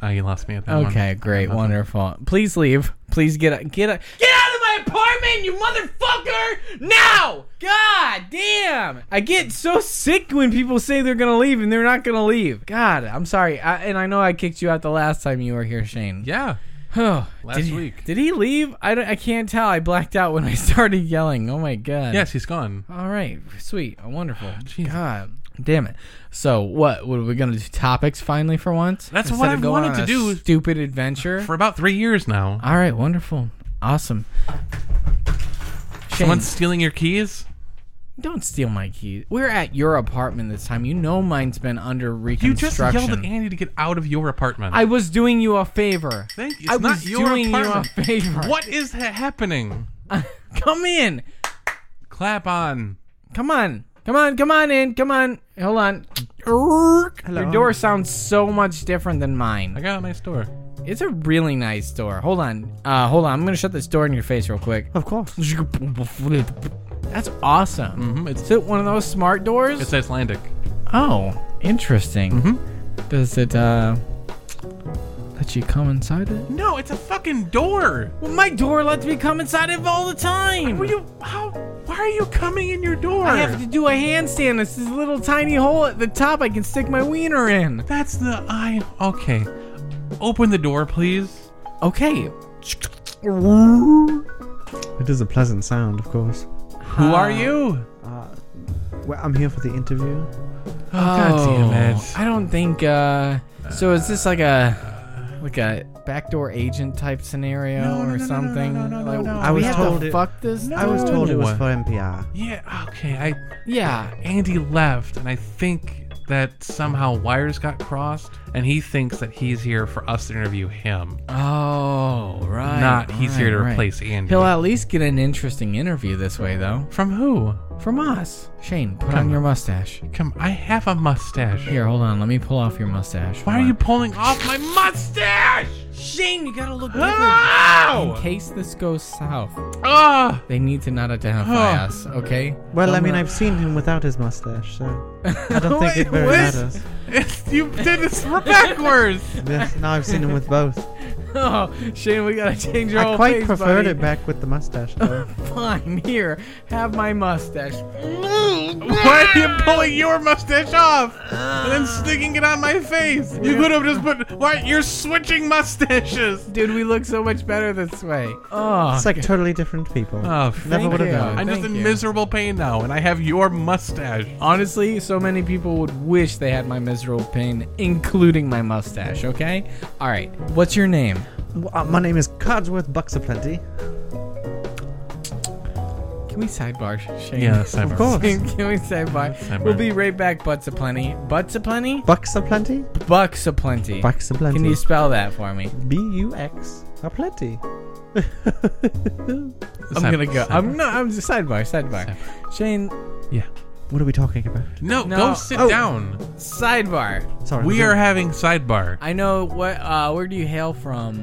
S2: Oh, you lost me at that Uh, one.
S1: Okay, great, wonderful. Please leave. Please get a, get a, get out of my apartment, you motherfucker! Now! God damn! I get so sick when people say they're gonna leave and they're not gonna leave. God, I'm sorry. I, and I know I kicked you out the last time you were here, Shane.
S2: Yeah.
S1: Oh,
S2: Last
S1: did he,
S2: week.
S1: Did he leave? I, don't- I can't tell. I blacked out when I started yelling. Oh my god.
S2: Yes, Oh, he's gone.
S1: All right. Sweet. Wonderful. God. Damn it. So what? What are we gonna do? Topics finally for once.
S2: That's
S1: Instead
S2: what
S1: of
S2: I've
S1: going
S2: wanted
S1: on
S2: to
S1: a
S2: do.
S1: Stupid adventure.
S2: For about three years now.
S1: All right, wonderful, awesome. Shane,
S2: Someone's stealing your keys?
S1: don't steal my keys. We're at your apartment this time. You know mine's been under
S2: You
S1: reconstruction.
S2: just yelled at Andy to get out of your apartment.
S1: I was doing you a favor.
S2: think it's
S1: I
S2: not
S1: was
S2: your
S1: doing
S2: apartment.
S1: you a favor.
S2: What is ha- happening?
S1: Come in.
S2: Clap on.
S1: Come on. Come on. Come on in. Come on. Hold on. Your door sounds so much different than
S2: I
S1: mine.
S2: got a nice door.
S1: It's a really nice door. Hold on. Uh, hold on. I'm gonna shut this door in your face real quick.
S3: Of course.
S1: That's awesome.
S2: hmm It's
S1: Is it one of those smart doors?
S2: it's Icelandic.
S1: Oh, interesting.
S2: Mm-hmm.
S1: Does it uh let you come inside it?
S2: No, it's a fucking door.
S1: Well, my door lets me come inside it all the time.
S2: Were you how why are you coming in your door?
S1: I have to do a handstand. It's this little tiny hole at the top I can stick my wiener in.
S2: That's the I okay. Open the door, please.
S1: Okay.
S3: It is a pleasant sound, of course.
S2: Who are
S1: Uh,
S2: you?
S3: Well, I'm here for the interview.
S2: Oh, God damn it.
S1: I don't think uh so is this like a like a backdoor agent type scenario
S2: No, no, no,
S1: or
S2: no, no,
S1: something?
S2: no, no, no,
S1: Like,
S2: no.
S1: we
S2: I
S3: was
S1: have
S3: told
S1: to
S3: it-
S1: fuck this.
S2: No.
S3: I was told it was
S2: Ooh.
S3: for NPR.
S2: yeah, okay. I
S1: Yeah.
S2: Andy left, and I think that somehow wires got crossed, and he thinks that he's here for us to interview him.
S1: Oh, right.
S2: Not he's here to
S1: right, right.
S2: replace Andy.
S1: He'll at least get an interesting interview this way, though.
S2: From who?
S1: From us. Shane, put
S2: Come
S1: on your
S2: on.
S1: mustache.
S2: Come, I have a mustache.
S1: Here, hold on. Let me pull off your mustache.
S2: Why
S1: Hold
S2: are you
S1: on.
S2: pulling off my mustache?
S1: Shane, you gotta
S2: Ah!
S1: look In
S2: Oh!
S1: case this goes south,
S2: Ah!
S1: they need to not identify
S2: Oh.
S1: us, okay?
S3: Well, I mean,
S1: Somewhere-
S3: I've seen him without his mustache, so I don't think it
S2: Wait,
S3: very
S2: what?
S3: matters.
S2: It's, you did this backwards.
S3: Yes, now I've seen him with both.
S1: Oh, Shane, we gotta change your
S3: I
S1: whole
S3: quite
S1: face,
S3: preferred
S1: buddy.
S3: it back with the mustache, though.
S1: Fine, here, have my mustache.
S2: Why are you pulling your mustache off and then sticking it on my face. You could have just put. Why? You're switching mustaches.
S1: Dude, we look so much better this way. Oh,
S3: It's like totally different people.
S2: Oh,
S3: Never
S2: thank
S3: would have
S1: you.
S3: known.
S2: I'm just
S1: Thank
S2: in
S1: you.
S2: miserable pain now, and I have your mustache.
S1: Honestly, so many people would wish they had my miserable pain, including my mustache, okay? All right, what's your name?
S3: W- uh, my name is Codsworth Bucks Aplenty.
S1: Can we sidebar, Shane?
S2: of
S3: course.
S1: Can we sidebar?
S2: Sidebar.
S1: We'll be right back, Butts Aplenty. Butts Aplenty?
S3: Bucks Aplenty?
S1: Bucks Aplenty.
S3: Bucks Aplenty.
S1: Can you spell that for me?
S3: B U X Aplenty.
S1: I'm gonna go. I'm no. I'm just sidebar. Sidebar. Shane.
S3: What are we talking about?
S2: No,
S1: No.
S2: go sit
S1: Oh.
S2: down.
S1: Sidebar.
S3: Sorry.
S2: We
S3: we're
S2: are having sidebar.
S1: I know what. Uh, where do you hail from?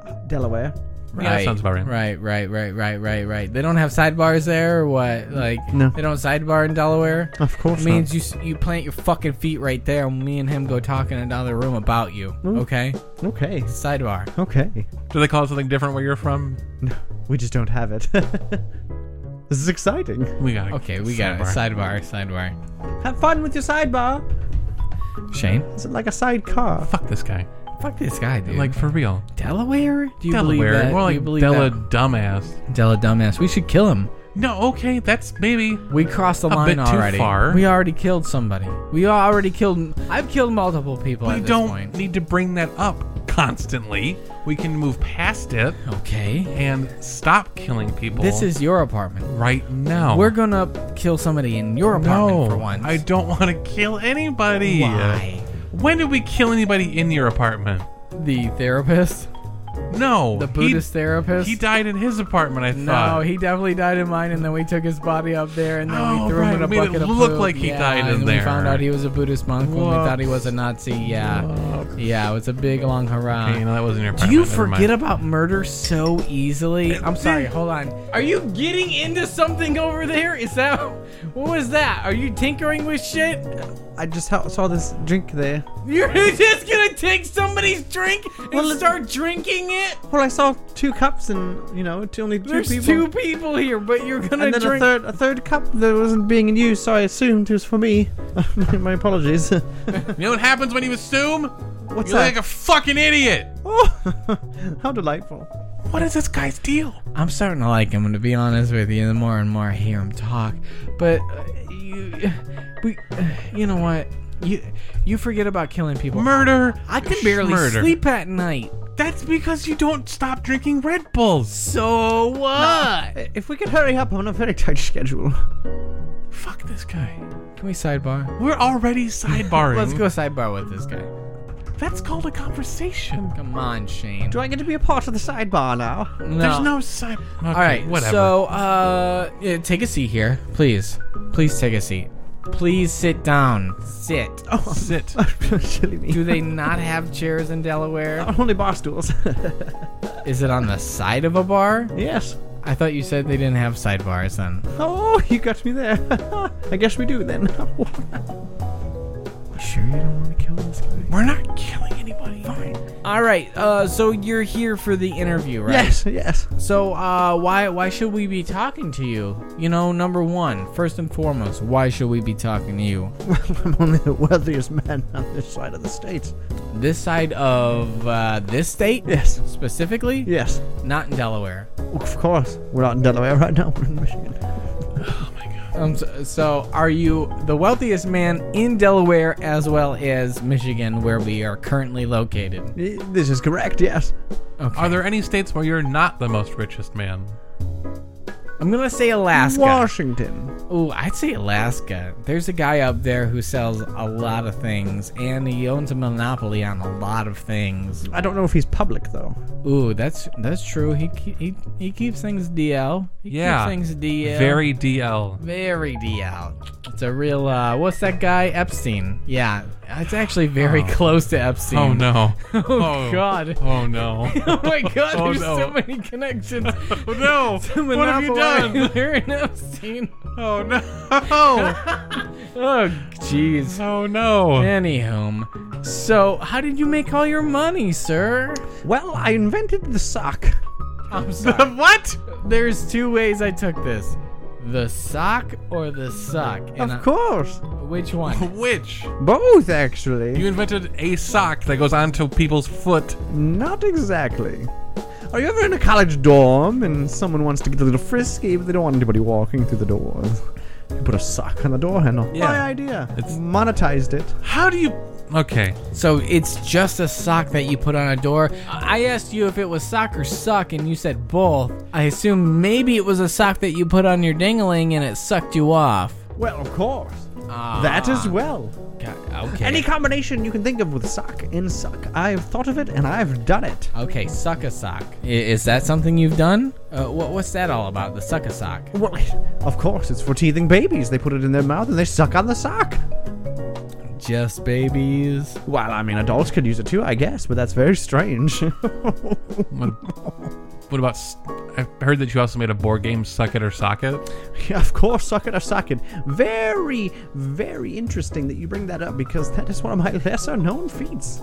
S3: doing Delaware.
S2: Yeah, that sounds about right.
S1: Right. Right. Right. Right. Right. Right. They don't have sidebars there, or what? Like,
S3: No.
S1: They don't sidebar in Delaware.
S3: Of course.
S1: It means you s- you plant your fucking feet right there, and me and him go talking in another room about you.
S3: Mm.
S1: Okay.
S3: not. Okay.
S1: Sidebar.
S3: Okay.
S2: Do they call it something different where you're from?
S3: No, we just don't have it. this is exciting.
S2: We gotta.
S1: Okay, we got it. Sidebar. Sidebar.
S3: Have fun with your sidebar.
S1: Shane.
S3: Is it like a sidecar?
S2: Fuck this guy.
S1: Fuck this guy, dude.
S2: Like for real.
S1: Delaware? Do you believe
S2: Delaware.
S1: that?
S2: More
S1: do
S2: like
S1: you believe
S2: Della
S1: that?
S2: dumbass.
S1: Della dumbass. We should kill him.
S2: No, okay, that's maybe.
S1: We crossed the
S2: A
S1: line
S2: bit too
S1: already.
S2: far.
S1: We already killed somebody. We already killed. I've killed multiple people
S2: We
S1: at this
S2: don't
S1: point.
S2: need to bring that up constantly. We can move past it
S1: Okay.
S2: and stop killing people.
S1: Oh. This is your apartment.
S2: right now.
S1: We're gonna kill somebody in your apartment
S2: Oh. no,
S1: for once.
S2: I don't want to kill anybody.
S1: Why?
S2: When did we kill anybody in your apartment?
S1: The therapist,
S2: No,
S1: the
S2: he-
S1: Buddhist therapist.
S2: He died in his apartment. I
S1: no,
S2: thought.
S1: he definitely died in mine, and then we took his body up there, and then
S2: Oh,
S1: we threw
S2: right,
S1: him in a
S2: we made it
S1: bucket of
S2: look
S1: poop.
S2: like he
S1: Yeah,
S2: died in
S1: and We
S2: there.
S1: found out he was a Buddhist monk when we
S2: What?
S1: thought he was a Nazi. Yeah, yeah, it was a big long hurrah.
S2: Okay, Uh, no, that wasn't your
S1: Do
S2: apartment.
S1: you
S2: Never mind.
S1: forget about murder so easily? I'm sorry, hold on. Are you getting into something over there? Is that what was that? Are you tinkering with shit?
S3: I just ha- saw this drink there.
S1: You're just gonna take somebody's drink and
S3: Well, it-
S1: start drinking it?
S3: Well, I saw two cups and you know, two, only two
S1: There's
S3: people.
S1: two people here, but you're gonna
S3: and then
S1: drink.
S3: a third, a third cup that wasn't being in use, so I assumed it was for me. my, my apologies.
S2: You know what happens when you assume?
S3: What's
S2: You're
S3: that?
S2: like a fucking idiot.
S3: oh, how delightful!
S2: What is this guy's deal?
S1: I'm starting to like him, to be honest with you. The more and more I hear him talk, but uh, you, we, you know what? You you forget about killing people.
S2: Murder.
S1: I can barely
S2: Murder.
S1: sleep at night.
S2: That's because you don't stop drinking Red Bulls.
S1: So what?
S3: I- If we could hurry up, I'm on a very tight schedule.
S2: Fuck this guy.
S1: Can we sidebar?
S2: We're already sidebarring.
S1: Let's go sidebar with this guy.
S2: That's called a conversation.
S1: Come on, Shane.
S3: Do I get to be a part of the sidebar now?
S1: No.
S2: There's no side. Okay,
S1: All right.
S2: Whatever.
S1: So, uh, yeah, take a seat here, please. Please take a seat. Please sit down. Sit.
S3: Oh,
S2: Sit.
S3: silly me.
S1: Do they not have chairs in Delaware?
S3: Only bar stools.
S1: Is it on the side of a bar?
S3: yes.
S1: I thought you said they didn't have sidebars then.
S3: Oh, you got me there. I guess we do then.
S1: Sure, you don't want to kill this guy.
S2: We're not killing anybody. Fine.
S1: All right. Uh, so you're here for the interview, right?
S3: Yes, yes.
S1: So, uh, why why should we be talking to you? You know, number one, first and foremost, why should we be talking to you?
S3: I'm only the wealthiest man on this side of the states.
S1: This side of uh, this state,
S3: Yes.
S1: specifically,
S3: Yes.
S1: not in Delaware.
S3: Of course. We're not in Delaware right now. We're in Michigan.
S1: Um, so, so are you the wealthiest man in Delaware as well as Michigan, where we are currently located?
S3: Y- This is correct, yes.
S1: Okay.
S2: Are there any states where you're not the most richest man?
S1: I'm gonna say Alaska.
S3: Washington.
S1: Ooh, I'd say Alaska. There's a guy up there who sells a lot of things, and he owns a monopoly on a lot of things.
S3: I don't know if he's public, though.
S1: Ooh, that's that's true. He ke- he he keeps things DL. He
S2: Yeah.
S1: keeps things DL.
S2: Very DL.
S1: very DL. It's a real uh, what's that guy Epstein? Yeah, it's actually very close to Epstein.
S2: Oh no. oh,
S1: God.
S2: Oh no.
S1: Oh my god,
S2: Oh,
S1: there's
S2: no.
S1: so many connections.
S2: oh no. what have you done?
S1: Larry Epstein.
S2: Oh no.
S1: Oh jeez.
S2: oh no.
S1: Anywho, so how did you make all your money, sir?
S3: Well, I invented the sock.
S1: I'm
S2: The
S1: sorry.
S2: what?
S1: There's two ways I took this. The sock or the suck? And
S3: of course.
S1: I, Which one?
S2: Which?
S3: Both, actually.
S2: You invented a sock that goes onto people's foot.
S3: Not exactly. Are you ever in a college dorm and someone wants to get a little frisky, but they don't want anybody walking through the doors? You put a sock on the door handle.
S2: Yeah.
S3: My idea.
S2: It's-
S3: monetized it.
S2: How do you. Okay.
S1: So it's just a sock that you put on a door. I asked you if it was sock or suck, and you said both. I assume maybe it was a sock that you put on your dingling and it sucked you off.
S3: Well, of course. Ah. that as well.
S1: God, okay.
S3: Any combination you can think of with sock and suck. I've thought of it and I've done it.
S1: okay, suck a sock. I- is that something you've done? Uh, what, what's that all about? The suck a sock.
S3: Well, of course, it's for teething babies. They put it in their mouth and they suck on the sock.
S1: Just babies.
S3: Well, I mean, adults could use it too, I guess, but that's very strange.
S2: What, what about. s- I heard that you also made a board game, Suck It or Sock It.
S3: Yeah, of course, socket or socket. Very, very interesting that you bring that up because that is one of my lesser known feats.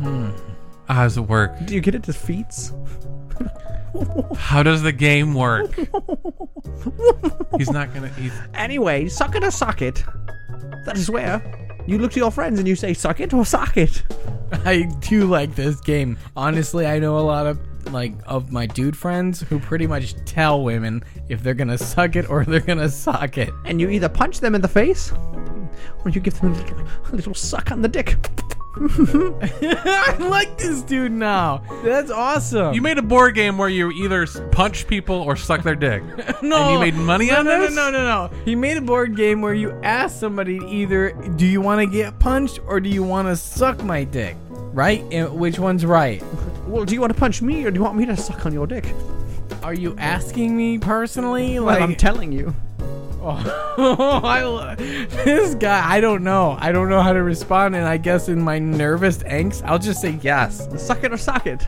S2: How does it work?
S3: Do you get it as feats?
S2: How does the game work? He's not gonna. He's,
S3: Anyway, socket or socket. That is where you look to your friends and you say socket or socket.
S1: I do like this game. Honestly, I know a lot of like of my dude friends who pretty much tell women if they're gonna suck it or they're gonna sock it.
S3: And you either punch them in the face or you give them a little, a little suck on the dick.
S1: I like this dude now. That's awesome.
S2: you made a board game where you either s- punch people or suck their dick.
S1: No,
S2: And you made money
S1: no,
S2: on
S1: no,
S2: this?
S1: No, no, no, no. He made a board game where you ask somebody either, "Do you want to get punched or do you want to suck my dick?" Right? And which one's right?
S3: Well, do you want to punch me or do you want me to suck on your dick?
S1: Are you asking me personally?
S3: Well,
S1: Like,
S3: I'm telling you.
S1: oh, I lo- this guy. I don't know. I don't know how to respond, and I guess in my nervous angst, I'll just say yes.
S3: Socket or socket.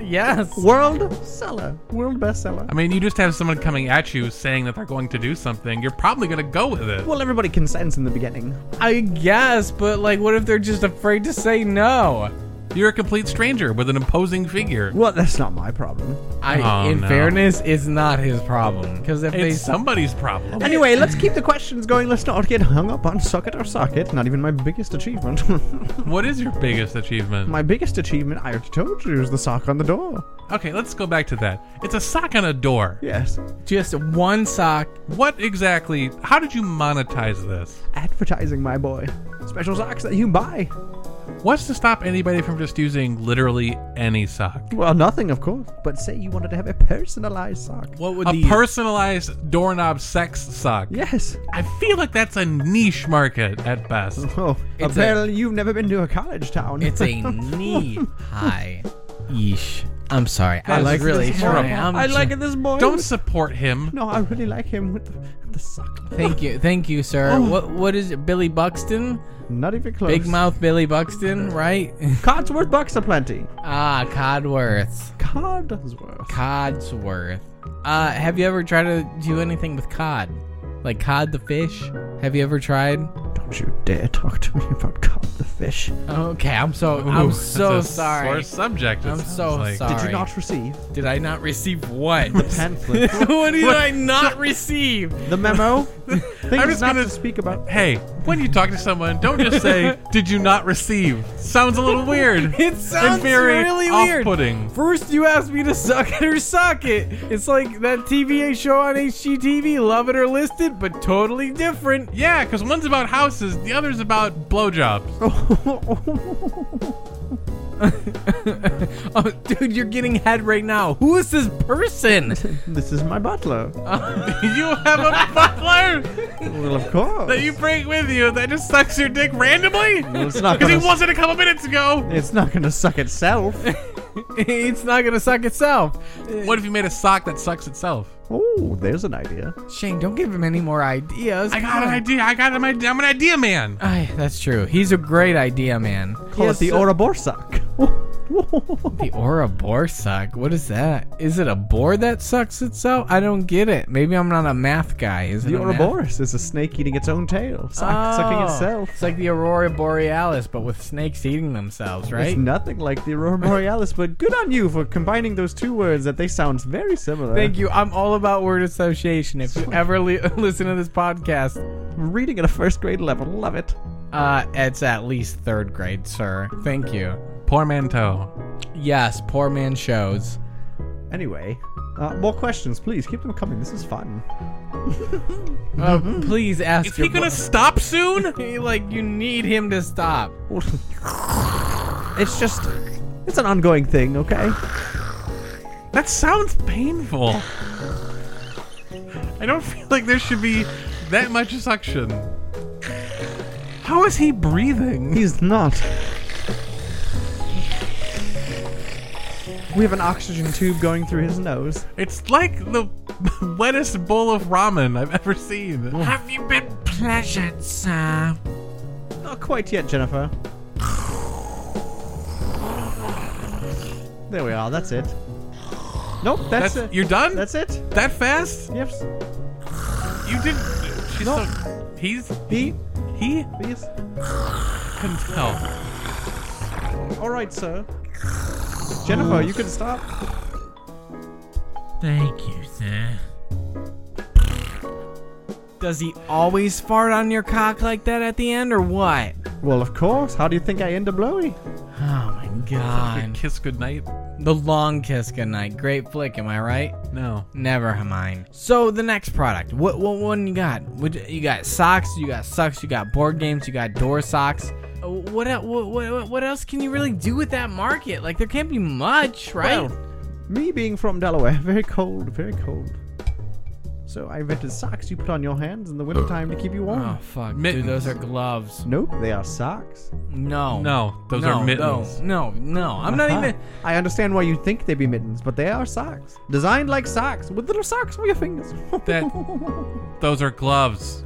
S1: yes.
S3: World seller. World bestseller.
S2: I mean, you just have someone coming at you saying that they're going to do something. You're probably gonna go with it.
S3: Well, everybody consents in the beginning.
S1: I guess, but like, what if they're just afraid to say no?
S2: You're a complete stranger with an imposing figure.
S3: Well, that's not my problem.
S1: I,
S2: Oh,
S1: in
S2: no.
S1: fairness, it's not his problem. Because if they
S2: It's somebody's problem.
S3: Anyway, let's keep the questions going. Let's not get hung up on socket or socket. Not even my biggest achievement.
S2: What is your biggest achievement?
S3: my biggest achievement, I already told you, is the sock on the door.
S2: okay, let's go back to that. It's a sock on a door.
S3: Yes.
S1: just one sock
S2: What exactly? How did you monetize this?
S3: Advertising, my boy. Special socks that you buy.
S2: What's to stop anybody from just using literally any sock?
S3: Well, nothing, of course. But say you wanted to have a personalized sock.
S1: What would
S2: A
S1: the
S2: personalized doorknob sex sock.
S3: Yes.
S2: I feel like that's a niche market at best.
S3: Oh,
S1: It's
S3: apparently you've never been to a college town.
S1: it's a knee high yeesh. I'm sorry. I
S2: Guys,
S1: like
S2: this
S1: really
S2: is
S1: trying. I'm
S2: horrible.
S3: I like
S1: tr-
S3: it this boy.
S2: Don't support him.
S3: No, I really like him with the, the sock.
S1: Thank you, thank you, sir. What what is it? Billy Buxton,
S3: Not even close.
S1: Big Mouth Billy Buxton, right?
S3: Codsworth bucks are plenty.
S1: ah, Codworth,
S3: Codsworth.
S1: Codsworth. Uh, have you ever tried to do anything with cod, like cod the fish? Have you ever tried?
S3: Don't you dare talk to me about cod the fish.
S1: Okay, I'm so
S2: Ooh,
S1: I'm so
S2: that's a
S1: sorry.
S2: Sore subject. it
S1: I'm
S2: sounds
S1: so
S2: like.
S1: sorry.
S3: Did you not receive
S1: Did I not receive what?
S3: pamphlet?
S1: what did I not receive?
S3: the memo? Things
S2: just
S3: not
S2: gonna-
S3: to speak about.
S2: Hey, when you talk to someone, don't just say, "Did you not receive?" Sounds a little weird.
S1: It sounds
S2: and very
S1: really weird.
S2: off-putting.
S1: First, you asked me to suck it or sock it. It's like that TVA show on HGTV, Love It or List It, but totally different.
S2: Yeah, because one's about houses, the other's about blowjobs.
S1: Oh, dude, you're getting head right now. Who is this person?
S3: this is my butler.
S2: you have a butler
S3: well, of course.
S2: that you bring with you that just sucks your dick randomly?
S3: it's not
S2: Because he
S3: gonna.
S2: wasn't a couple minutes ago.
S3: it's not gonna suck itself.
S1: it's not gonna suck itself.
S2: What if you made a sock that sucks itself?
S3: oh, there's an idea.
S1: Shane, don't give him any more ideas.
S2: I got an idea. I got an idea. I'm an idea man.
S1: Ay, that's true. He's a great idea, man.
S3: Call
S1: Yes,
S3: it the
S1: sir.
S3: Ouroboros sock.
S1: The Ouroboros suck. What is that? Is it a boar that sucks itself? I don't get it. Maybe I'm not a math guy. Is it
S3: The
S1: a math-
S3: Ouroboros is a snake eating its own tail, suck, sucking
S1: Oh,
S3: itself.
S1: It's like the Aurora Borealis, but with snakes eating themselves, right?
S3: It's nothing like the Aurora Borealis, but good on you for combining those two words that they sound very similar.
S1: Thank you. I'm all about word association. If you ever li- listen to this podcast,
S3: Reading at a first grade level, love it.
S1: uh, it's at least third grade, sir. Thank you.
S2: Pormento.
S1: Yes, poor man shows.
S3: Anyway, uh, more questions, please. Keep them coming. This is fun.
S1: Uh, please ask.
S2: Is he
S1: your
S2: gonna stop soon?
S1: bro- like you need him to stop.
S3: It's just, it's an ongoing thing, okay?
S2: That sounds painful. I don't feel like there should be that much suction. How is he breathing?
S3: He's not. We have an oxygen tube going through his nose.
S2: It's like the wettest bowl of ramen I've ever seen. Have you been pleasured, sir?
S3: Not quite yet, Jennifer. There we are. That's it. Nope, that's,
S2: That's,
S3: it.
S2: you're done?
S3: That's it.
S2: that fast?
S3: Yep.
S2: You did. She's so. He's.
S3: He.
S2: He
S1: Oh
S3: Yes.
S2: can tell.
S3: All right, sir. Jennifer, you can stop.
S1: Does he always fart on your cock like that at the end, or what?
S3: Well, of course. How do you think I end up blowing?
S1: Oh my
S2: Your
S1: god.
S2: kiss goodnight?
S1: The long kiss goodnight. Great flick, am I right?
S2: No.
S1: Never mind. So the next product, what what one you got? What, you got socks, you got sucks, you got board games, you got door socks. Uh, What el- what what, what else can you really do with that market? Like there can't be much, right?
S3: Well, me being from Delaware, very cold, very cold. So I invented socks you put on your hands in the wintertime to keep you warm.
S1: oh fuck,
S2: Mittens.
S1: dude, those are gloves.
S3: Nope, they are socks.
S1: No,
S2: No, those
S1: no,
S2: are mittens.
S1: No, no, no. I'm not
S3: Huh.
S1: even.
S3: I understand why you think they be mittens, but they are socks. Designed like socks, with little socks on your fingers.
S2: That- Those are gloves.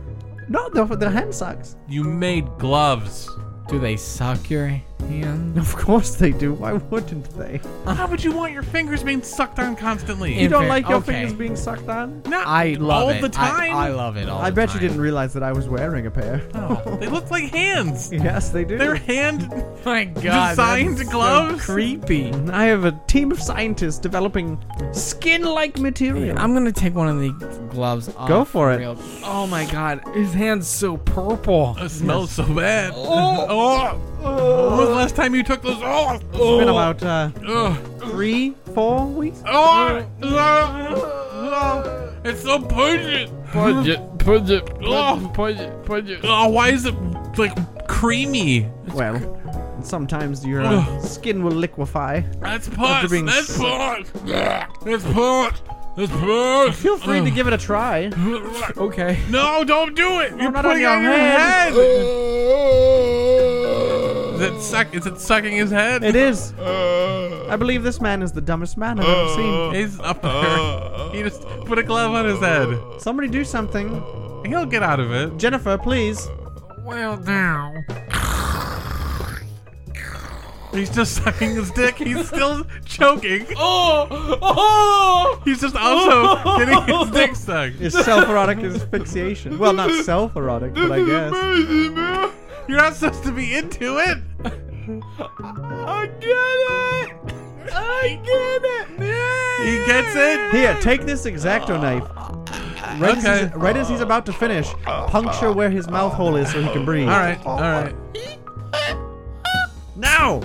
S3: no, they're, they're hand socks.
S2: You made gloves.
S1: Do they suck your hand?
S3: Of course they do. Why wouldn't they?
S1: Ah.
S2: How would you want your fingers being sucked on constantly?
S3: You
S1: In
S3: don't
S1: fair-
S3: like your
S1: okay.
S3: fingers being sucked on?
S2: Not
S1: I love
S2: all
S1: it
S2: the time.
S1: I, I love it all.
S3: I
S1: the
S3: bet
S1: time.
S3: you didn't realize that I was wearing a pair.
S2: Oh, they look like hands.
S3: yes, they do.
S2: They're hand.
S1: My God,
S2: Designed
S1: that's so
S2: gloves?
S1: creepy.
S3: I have a team of scientists developing skin-like material.
S1: I'm gonna take one of the gloves off.
S3: Go for it.
S1: real- Oh my god, his hand's so purple.
S2: Oh, It smells so bad. Oh. When was the last time you took those off? Oh.
S3: been about uh,
S2: Ugh.
S3: three, four weeks.
S2: Oh. Oh. It's so pungent.
S6: Pudge it, pudge it,
S2: Oh.
S6: pudge it, pudge it.
S2: Oh, why is it like creamy?
S3: Well, sometimes your uh, skin will liquefy.
S2: That's
S3: After
S2: pus.
S3: being
S2: That's
S3: sick.
S2: pus. That's pus. That's pus.
S3: Feel free to give it a try.
S1: Okay.
S2: No, don't do it. You're
S3: not
S2: putting it
S3: on
S2: on your
S3: your
S2: head.
S3: head.
S2: Is it suck? Is it sucking his head?
S3: It is. I believe this man is the dumbest man I've ever seen.
S2: He's up there. He just put a glove on his head.
S3: Somebody do something.
S2: He'll get out of it.
S3: Jennifer, please.
S1: Well now.
S2: He's just sucking his dick. He's still choking. Oh, oh! He's just also getting his dick sucked.
S3: Is self-erotic asphyxiation? Well, not self-erotic, but I guess.
S2: You're not supposed to be into it. I get it. I get it. He gets it.
S3: Here, take this exacto knife. Right, as
S2: Okay.
S3: he's, right as he's about to finish, puncture where his mouth hole is so he can breathe.
S2: All right. All right.
S3: Now!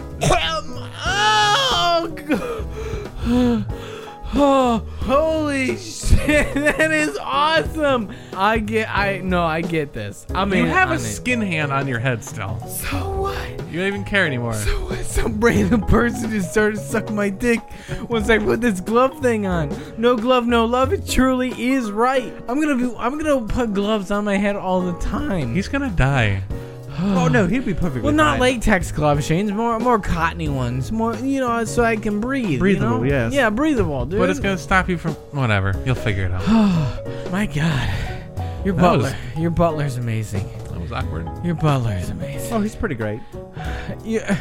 S1: Oh, holy shit! That is awesome. I get. I no. I get this. I mean,
S2: You have
S1: I
S2: a skin hand on your head still.
S1: So what?
S2: You don't even care anymore.
S1: So what? Some random person just started sucking my dick once I put this glove thing on. No glove, no love. It truly is right. I'm gonna be. I'm gonna put gloves on my head all the time.
S2: He's gonna die.
S3: Oh no, he'd be perfectly
S1: Well, not
S3: fine.
S1: latex glove chains, more more cottony ones, more you know, so I can breathe.
S3: Breathable,
S1: you know?
S3: yes.
S1: Yeah, breathable, dude.
S2: But it's gonna stop you from whatever. You'll figure it out.
S1: My God, your
S2: That
S1: butler,
S2: was-
S1: your butler's amazing.
S2: That was awkward.
S1: Your butler's amazing.
S3: Oh, he's pretty great.
S1: Yeah.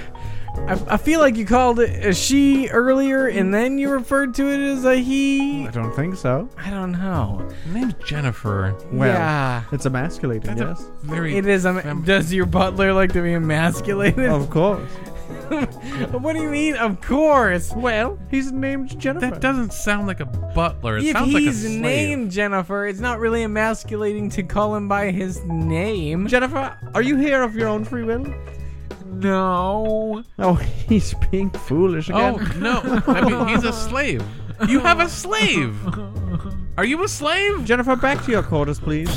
S1: I, I feel like you called it a she earlier, and then you referred to it as a he.
S3: I don't think so.
S1: I don't know.
S2: Her name's Jennifer.
S3: Well,
S1: yeah,
S3: it's emasculating,
S2: That's a
S3: yes.
S2: very.
S1: it is.
S2: fem-
S1: Um, does your butler like to be emasculated?
S2: Oh.
S3: of course.
S1: what do you mean? Of course.
S3: Well, he's named Jennifer.
S2: That doesn't sound like a butler. It
S1: If
S2: sounds like a
S1: he's
S2: slave.
S1: named Jennifer, it's not really emasculating to call him by his name.
S3: Jennifer, are you here of your own free will?
S1: No.
S3: Oh, he's being foolish again.
S2: Oh no, I mean, he's a slave. You have a slave. Are you a slave?
S3: Jennifer, back to your quarters, please.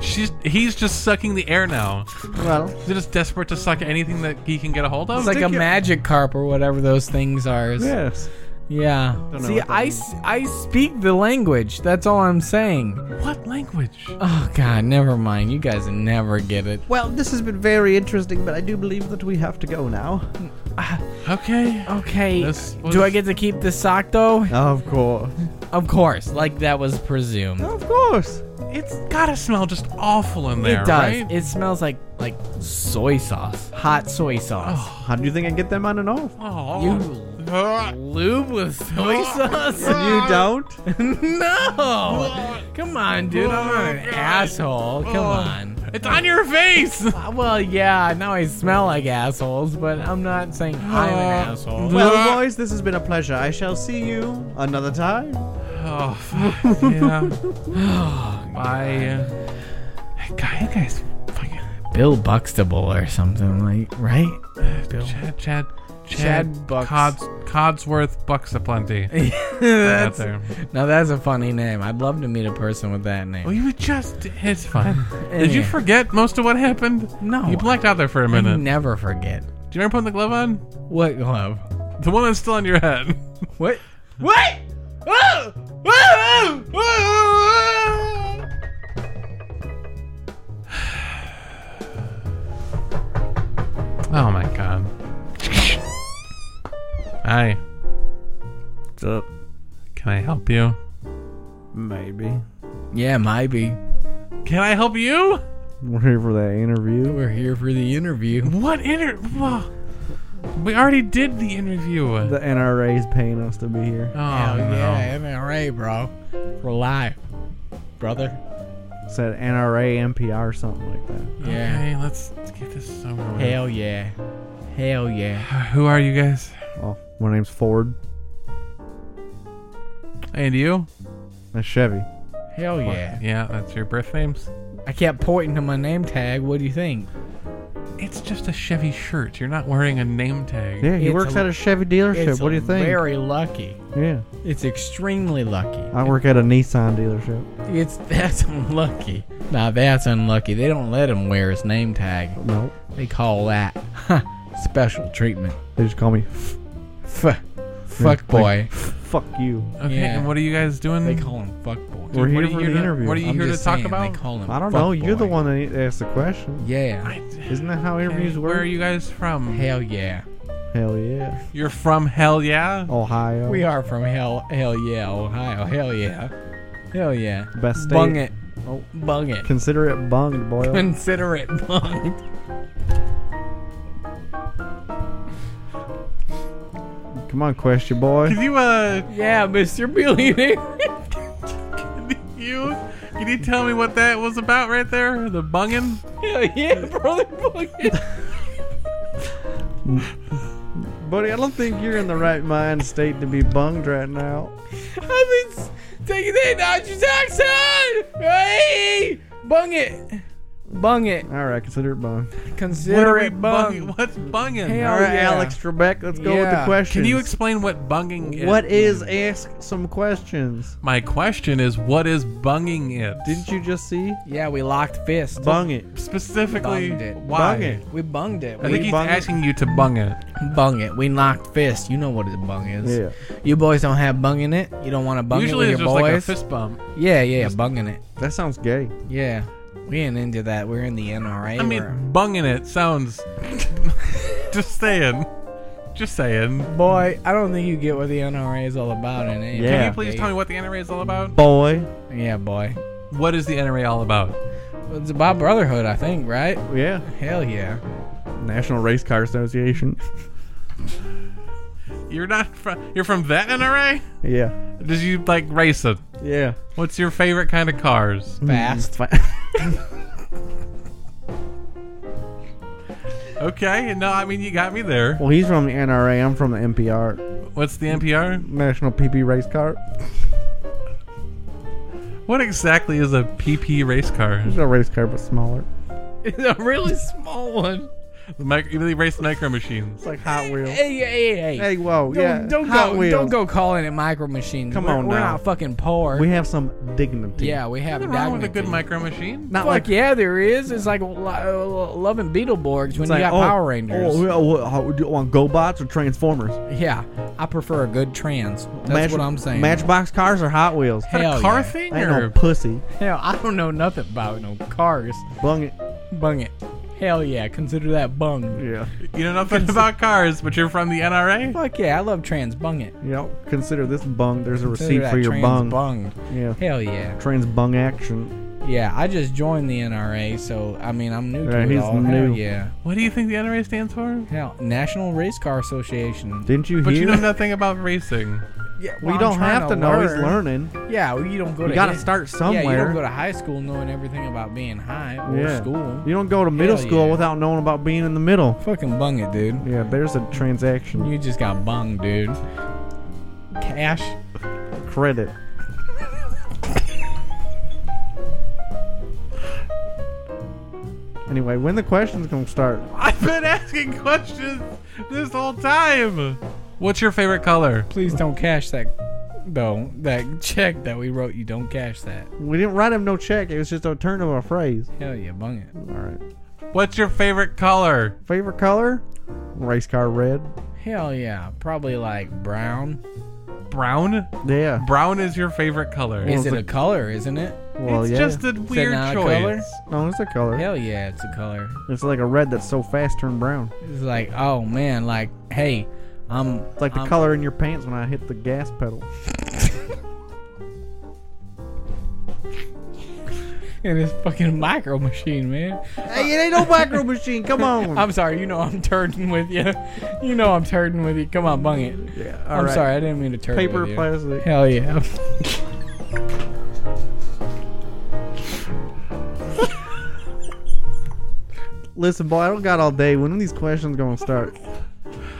S2: She's he's just sucking the air now.
S3: Well,
S2: He's just desperate to suck anything that he can get a hold of.
S1: It's like a
S3: Ridiculous.
S1: magic carp or whatever those things are.
S3: yes.
S1: Yeah.
S3: know
S1: See,
S3: what that
S1: I,
S3: means.
S1: s- I speak the language. That's all I'm saying.
S2: what language?
S1: Oh, God, never mind. You guys never get it.
S3: Well, this has been very interesting, but I do believe that we have to go now.
S2: Okay.
S1: Okay.
S2: This was-
S1: Do I get to keep the sock, though?
S3: Of course.
S1: Of course. Like that was presumed.
S3: Of course.
S2: It's gotta smell just awful in there,
S1: it does.
S2: right?
S1: It smells like like soy sauce. Hot soy sauce.
S3: How do you think I get them on and off?
S2: oh.
S1: You lube with soy sauce?
S3: You don't?
S1: Ah. no! Come on, dude. I'm not an asshole. Come on.
S2: It's on your face.
S1: Uh, Well, yeah, now I smell like assholes, but I'm not saying I'm an
S2: Oh.
S1: asshole.
S3: Well, boys, this has been a pleasure. I shall see you another time.
S2: Oh, fuck, yeah. Bye. Hey, guy, you guys, fucking
S1: Bill Buxtable or something like, right?
S2: Chad, Chad, Chad,
S1: Chad Bucks.
S2: Cods, Codsworth Bucks aplenty. out
S1: that's,
S2: there.
S1: now that's a funny name. I'd love to meet a person with that
S2: Well,
S1: name.
S2: Oh, you were just. It's fine. Did you
S1: Yeah.
S2: forget most of what happened?
S1: No.
S2: You blacked out there for
S1: I
S2: a minute.
S1: never forget.
S2: Do you remember putting the glove on?
S1: What glove?
S2: The one that's still on your head.
S1: What?
S2: What? Ah! Oh my god. Hi.
S3: What's up?
S2: Can I help you?
S3: Maybe.
S1: Yeah, maybe.
S2: Can I help you?
S3: We're here for that interview.
S1: We're here for the interview.
S2: What inter? Whoa. We already did the interview. Oh
S3: The NRA's paying us to be here.
S2: no.
S1: yeah, MRA, bro. For life, brother.
S3: It said NRA, NPR, something like that.
S1: Yeah.
S2: Okay, let's get this over with.
S1: Hell yeah. Hell yeah.
S2: Who are you guys?
S3: Oh, my name's Ford.
S2: And you?
S3: That's Chevy.
S1: Hell yeah.
S2: Yeah, that's your birth names.
S1: I kept pointing to my name tag. What do you think?
S2: It's just a Chevy shirt. You're not wearing a name tag.
S3: Yeah, he
S1: It's
S3: works
S1: a-
S3: at a Chevy dealership.
S1: It's
S3: What do you think?
S1: Very lucky.
S3: yeah,
S1: It's extremely lucky.
S3: I work at a Nissan dealership.
S1: It's that's unlucky. Nah, that's unlucky. They don't let him wear his name tag.
S3: No,
S1: They call that huh, special treatment.
S3: they just call me
S1: F- fuck boy.
S3: "fuck you."
S2: Okay,
S1: Yeah.
S2: and what are you guys doing?
S1: They call him fuck boy.
S3: We're
S2: what
S3: here
S2: are you
S3: for
S2: here
S3: the
S2: to-
S3: interview.
S2: What are you
S1: I'm
S2: here to
S1: just
S2: talk
S1: saying,
S2: about?
S1: They call him.
S3: I don't
S1: fuck
S3: know. You're the
S1: boy.
S3: one that asked the question.
S1: Yeah.
S3: Isn't that how
S2: Hey,
S3: interviews work?
S2: where are you guys from?
S1: Hell yeah.
S3: Hell yeah,
S2: You're from Hell Yeah?
S3: Ohio.
S1: We are from hell. Hell yeah, Ohio. Hell yeah. Hell yeah.
S3: Best state.
S1: Bung it.
S3: Oh.
S1: Bung it.
S3: Consider it bunged, boy.
S1: Consider it bunged.
S3: Come on, question boy.
S2: Can you uh
S1: Yeah, Mr. Billionaire.
S2: you can you tell me what that was about right there? The bungin?
S1: Hell yeah, brother. Bung it.
S3: Buddy, I don't think you're in the right mind state to be bunged right now.
S1: I've been s- taking that nitrous oxide. Hey, bung it, bung it.
S3: All right, consider it bunged.
S2: What
S1: Consider
S2: are we
S1: it bung.
S2: bunging? What's bungin?
S1: Hell
S3: All right,
S1: yeah.
S3: Alex Trebek, let's go with the
S1: Yeah.
S3: question.
S2: Can you explain what bunging is?
S3: What is ask some questions?
S2: My question is what is bunging it?
S3: Didn't you just see?
S1: Yeah, we locked fist.
S3: Bung it.
S2: specifically
S1: Bunged it.
S2: why?
S3: Bung it.
S1: We bunged it.
S2: I
S1: We
S2: think he's
S3: bung it?
S2: asking you to bung it.
S1: bung it. We locked fist. You know what a bung is.
S3: Yeah.
S1: You boys don't have bung in it. You don't want to bung
S2: Usually
S1: it
S2: it's
S1: with
S2: just
S1: your
S2: like a
S1: boys.
S2: fist bump.
S1: yeah, yeah, bunging it.
S3: That sounds gay.
S1: Yeah, we ain't into that. We're in the NRA.
S2: I mean,
S1: We're-
S2: bunging it sounds. just saying. Just saying.
S1: boy, I don't think you get what the NRA is all about. In it.
S3: Yeah.
S2: Can you please tell me what the NRA is all about?
S3: Boy,
S1: Yeah, boy.
S2: What is the NRA all about?
S1: It's about brotherhood, I think, right?
S3: Yeah.
S1: Hell yeah.
S3: National Race Car Association.
S2: You're not from. You're from that NRA?
S3: Yeah.
S2: Does you like racing?
S3: Yeah.
S2: What's your favorite kind of cars?
S1: Fast.
S3: It's fine.
S2: Okay, no, I mean you got me there.
S3: well, he's from the NRA. I'm from the NPR,
S2: What's the NPR?
S3: National PP Race Car.
S2: What exactly is a PP race car?
S3: It's a race car, but smaller.
S1: It's a really small one.
S2: The micro, they race micro machines.
S3: It's like Hot Wheels.
S1: Hey, hey, hey.
S3: Hey, whoa,
S1: Don't,
S3: yeah.
S1: don't
S3: Hot
S1: go.
S3: Wheels.
S1: Don't go calling it micro machines.
S3: Come
S1: we're,
S3: on
S1: we're
S3: now.
S1: not fucking poor.
S3: We have some dignity.
S1: yeah, we have
S2: Nothing wrong with a
S1: dignity.
S2: good micro machine.
S3: Not
S1: Fuck
S3: like
S1: yeah, there is. It's like lo- uh, loving Beetleborgs when
S3: it's
S1: you
S3: like,
S1: got
S3: oh,
S1: Power Rangers.
S3: Oh, well, well, how- do you want GoBots or Transformers?
S1: yeah, I prefer a good trans. That's
S3: Match-
S1: what I'm saying.
S3: Matchbox cars or Hot Wheels?
S2: Is that
S1: Hell
S2: a car
S1: yeah.
S2: thing
S3: Ain't no
S2: or
S3: pussy.
S1: Hell, I don't know nothing about no cars.
S3: Bung it.
S1: Bung it. Hell yeah, consider that bung.
S3: Yeah.
S2: you know nothing about cars, but you're from the NRA?
S1: Fuck yeah, I love trans. Bung it.
S3: You know, consider this bung. There's a
S1: Consider
S3: receipt
S1: that
S3: for your
S1: trans
S3: bung.
S1: bunged.
S3: Yeah.
S1: Hell yeah.
S3: Trans bung action.
S1: Yeah, I just joined the NRA, so I mean I'm new
S3: Right,
S1: to it
S3: he's
S1: all.
S3: new.
S1: Hell yeah.
S2: What do you think the NRA stands for?
S1: Hell, National Race Car Association.
S3: Didn't you
S2: But
S3: hear?
S2: you know nothing about racing.
S1: Yeah,
S3: we don't have to know. He's learning.
S1: Yeah, well, you don't go
S3: You
S1: to.
S3: gotta
S1: hit-
S3: start
S1: Yeah, you
S3: somewhere.
S1: don't go to high school knowing everything about being high or
S3: yeah.
S1: school.
S3: You don't go to middle
S1: Hell
S3: school
S1: yeah.
S3: without knowing about being in the middle.
S1: Fucking bung it, dude.
S3: Yeah, there's a transaction
S1: You just got bung, dude. Cash.
S3: credit. anyway, when the questions gonna start?
S2: I've been asking questions this whole time. What's your favorite color?
S1: Please don't cash that. Though that check that we wrote you, don't cash that.
S3: We didn't write him no check. It was just a turn of a phrase.
S1: Hell yeah, bung it.
S3: All right.
S2: What's your favorite color?
S3: Favorite color? Race car red.
S1: Hell yeah, probably like brown.
S2: Brown?
S3: Yeah.
S2: Brown is your favorite color.
S1: Is it
S3: it's
S1: a color? Isn't it?
S3: Well,
S2: it's
S3: yeah.
S2: just a weird
S1: not a
S2: choice.
S1: color?
S3: no, it's a color.
S1: Hell yeah, it's a color.
S3: It's like a red that's so fast turned brown.
S1: It's like, oh man, like, hey, I'm
S3: It's like the
S1: I'm-
S3: color in your pants when I hit the gas pedal.
S1: in this fucking micro machine, man.
S3: Hey, it ain't no micro machine. Come on.
S1: I'm sorry, you know I'm turning with you. You know I'm turning with you. Come on, bung it.
S3: yeah, all
S1: I'm
S3: right.
S1: sorry, I didn't mean to turn
S3: Paper,
S1: with you.
S3: plastic.
S1: Hell yeah.
S3: Listen, boy, I don't got all day. When are these questions gonna start?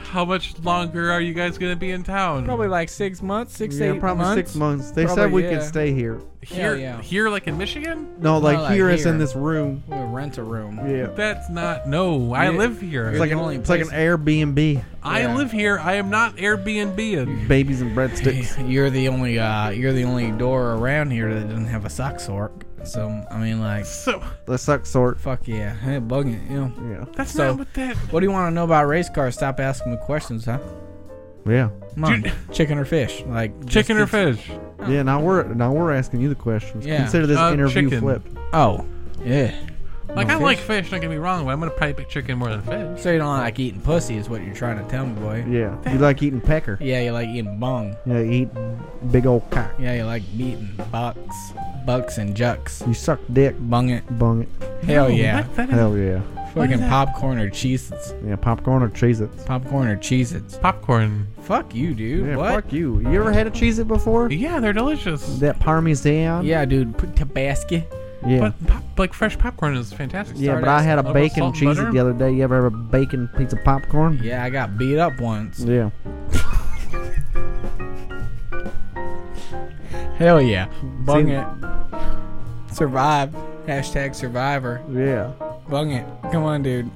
S2: How much longer are you guys gonna be in town?
S1: Probably like six months, six,
S3: yeah,
S1: eight
S3: probably
S1: months.
S3: six months. They said
S1: Probably,
S3: we
S1: yeah.
S3: could stay here.
S2: here,
S1: yeah.
S2: here, like in Michigan.
S3: No, like
S1: like
S3: here is in
S1: here.
S3: this room.
S1: We'll rent a room.
S3: Yeah.
S2: That's not. No, I
S1: Yeah.
S2: live here.
S3: It's like,
S1: the
S3: an,
S1: only
S3: it's like an
S1: place-
S3: Airbnb.
S2: I
S1: yeah.
S2: live here. I am not Airbnb.
S3: Babies and breadsticks.
S1: You're the only uh, you're the only door around here that doesn't have a sock sork. So I mean, like,
S2: So
S3: the suck sort.
S1: fuck yeah, hey, bug it. You know.
S3: Yeah.
S2: that's
S1: So-
S2: not what that.
S1: What do you want to know about race cars? Stop asking me questions, huh?
S3: Yeah.
S1: Come on,
S2: Dude.
S1: chicken or fish? Like just
S2: Chicken or
S1: keep-
S2: fish?
S3: Yeah. Now we're now we're asking you the questions.
S1: Oh. Yeah.
S3: Consider this
S2: Uh,
S3: interview
S2: chicken.
S3: flipped.
S1: Oh, yeah.
S2: Like
S1: No,
S2: I
S1: fish.
S2: like fish. Don't get me wrong, but I'm gonna probably pick chicken more than fish.
S1: So you don't like eating pussy is what you're trying to tell me, boy.
S3: Yeah. You like eating pecker?
S1: Yeah, you like eating bung.
S3: Yeah. You eat big old cock.
S1: Yeah, you like beating bucks, bucks and jucks.
S3: You suck dick.
S1: Bung it.
S3: Bung it.
S1: Hell
S2: No,
S1: yeah.
S2: that- that is-
S3: Hell yeah.
S2: What is
S1: Fucking
S2: that?
S1: popcorn or cheeses.
S3: Yeah. Popcorn or cheese it.
S1: Popcorn or cheeses.
S2: popcorn.
S1: Fuck you, dude.
S3: Yeah,
S1: what?
S3: fuck you. You ever had a cheese it before?
S2: Yeah, they're delicious.
S3: That parmesan?
S1: Yeah, dude. Put Tabasco.
S3: Yeah.
S2: But pop, like fresh popcorn is fantastic.
S3: yeah,
S1: start
S3: but I
S1: asking
S3: had a
S2: about
S3: bacon
S2: salt and
S3: cheese it
S2: butter.
S3: the other day. You ever have a bacon pizza popcorn?
S1: Yeah, I got beat up once.
S3: Yeah.
S1: Hell yeah. Bung
S3: See-
S1: it. Survive. Hashtag survivor.
S3: Yeah.
S1: Bung it. Come on, dude.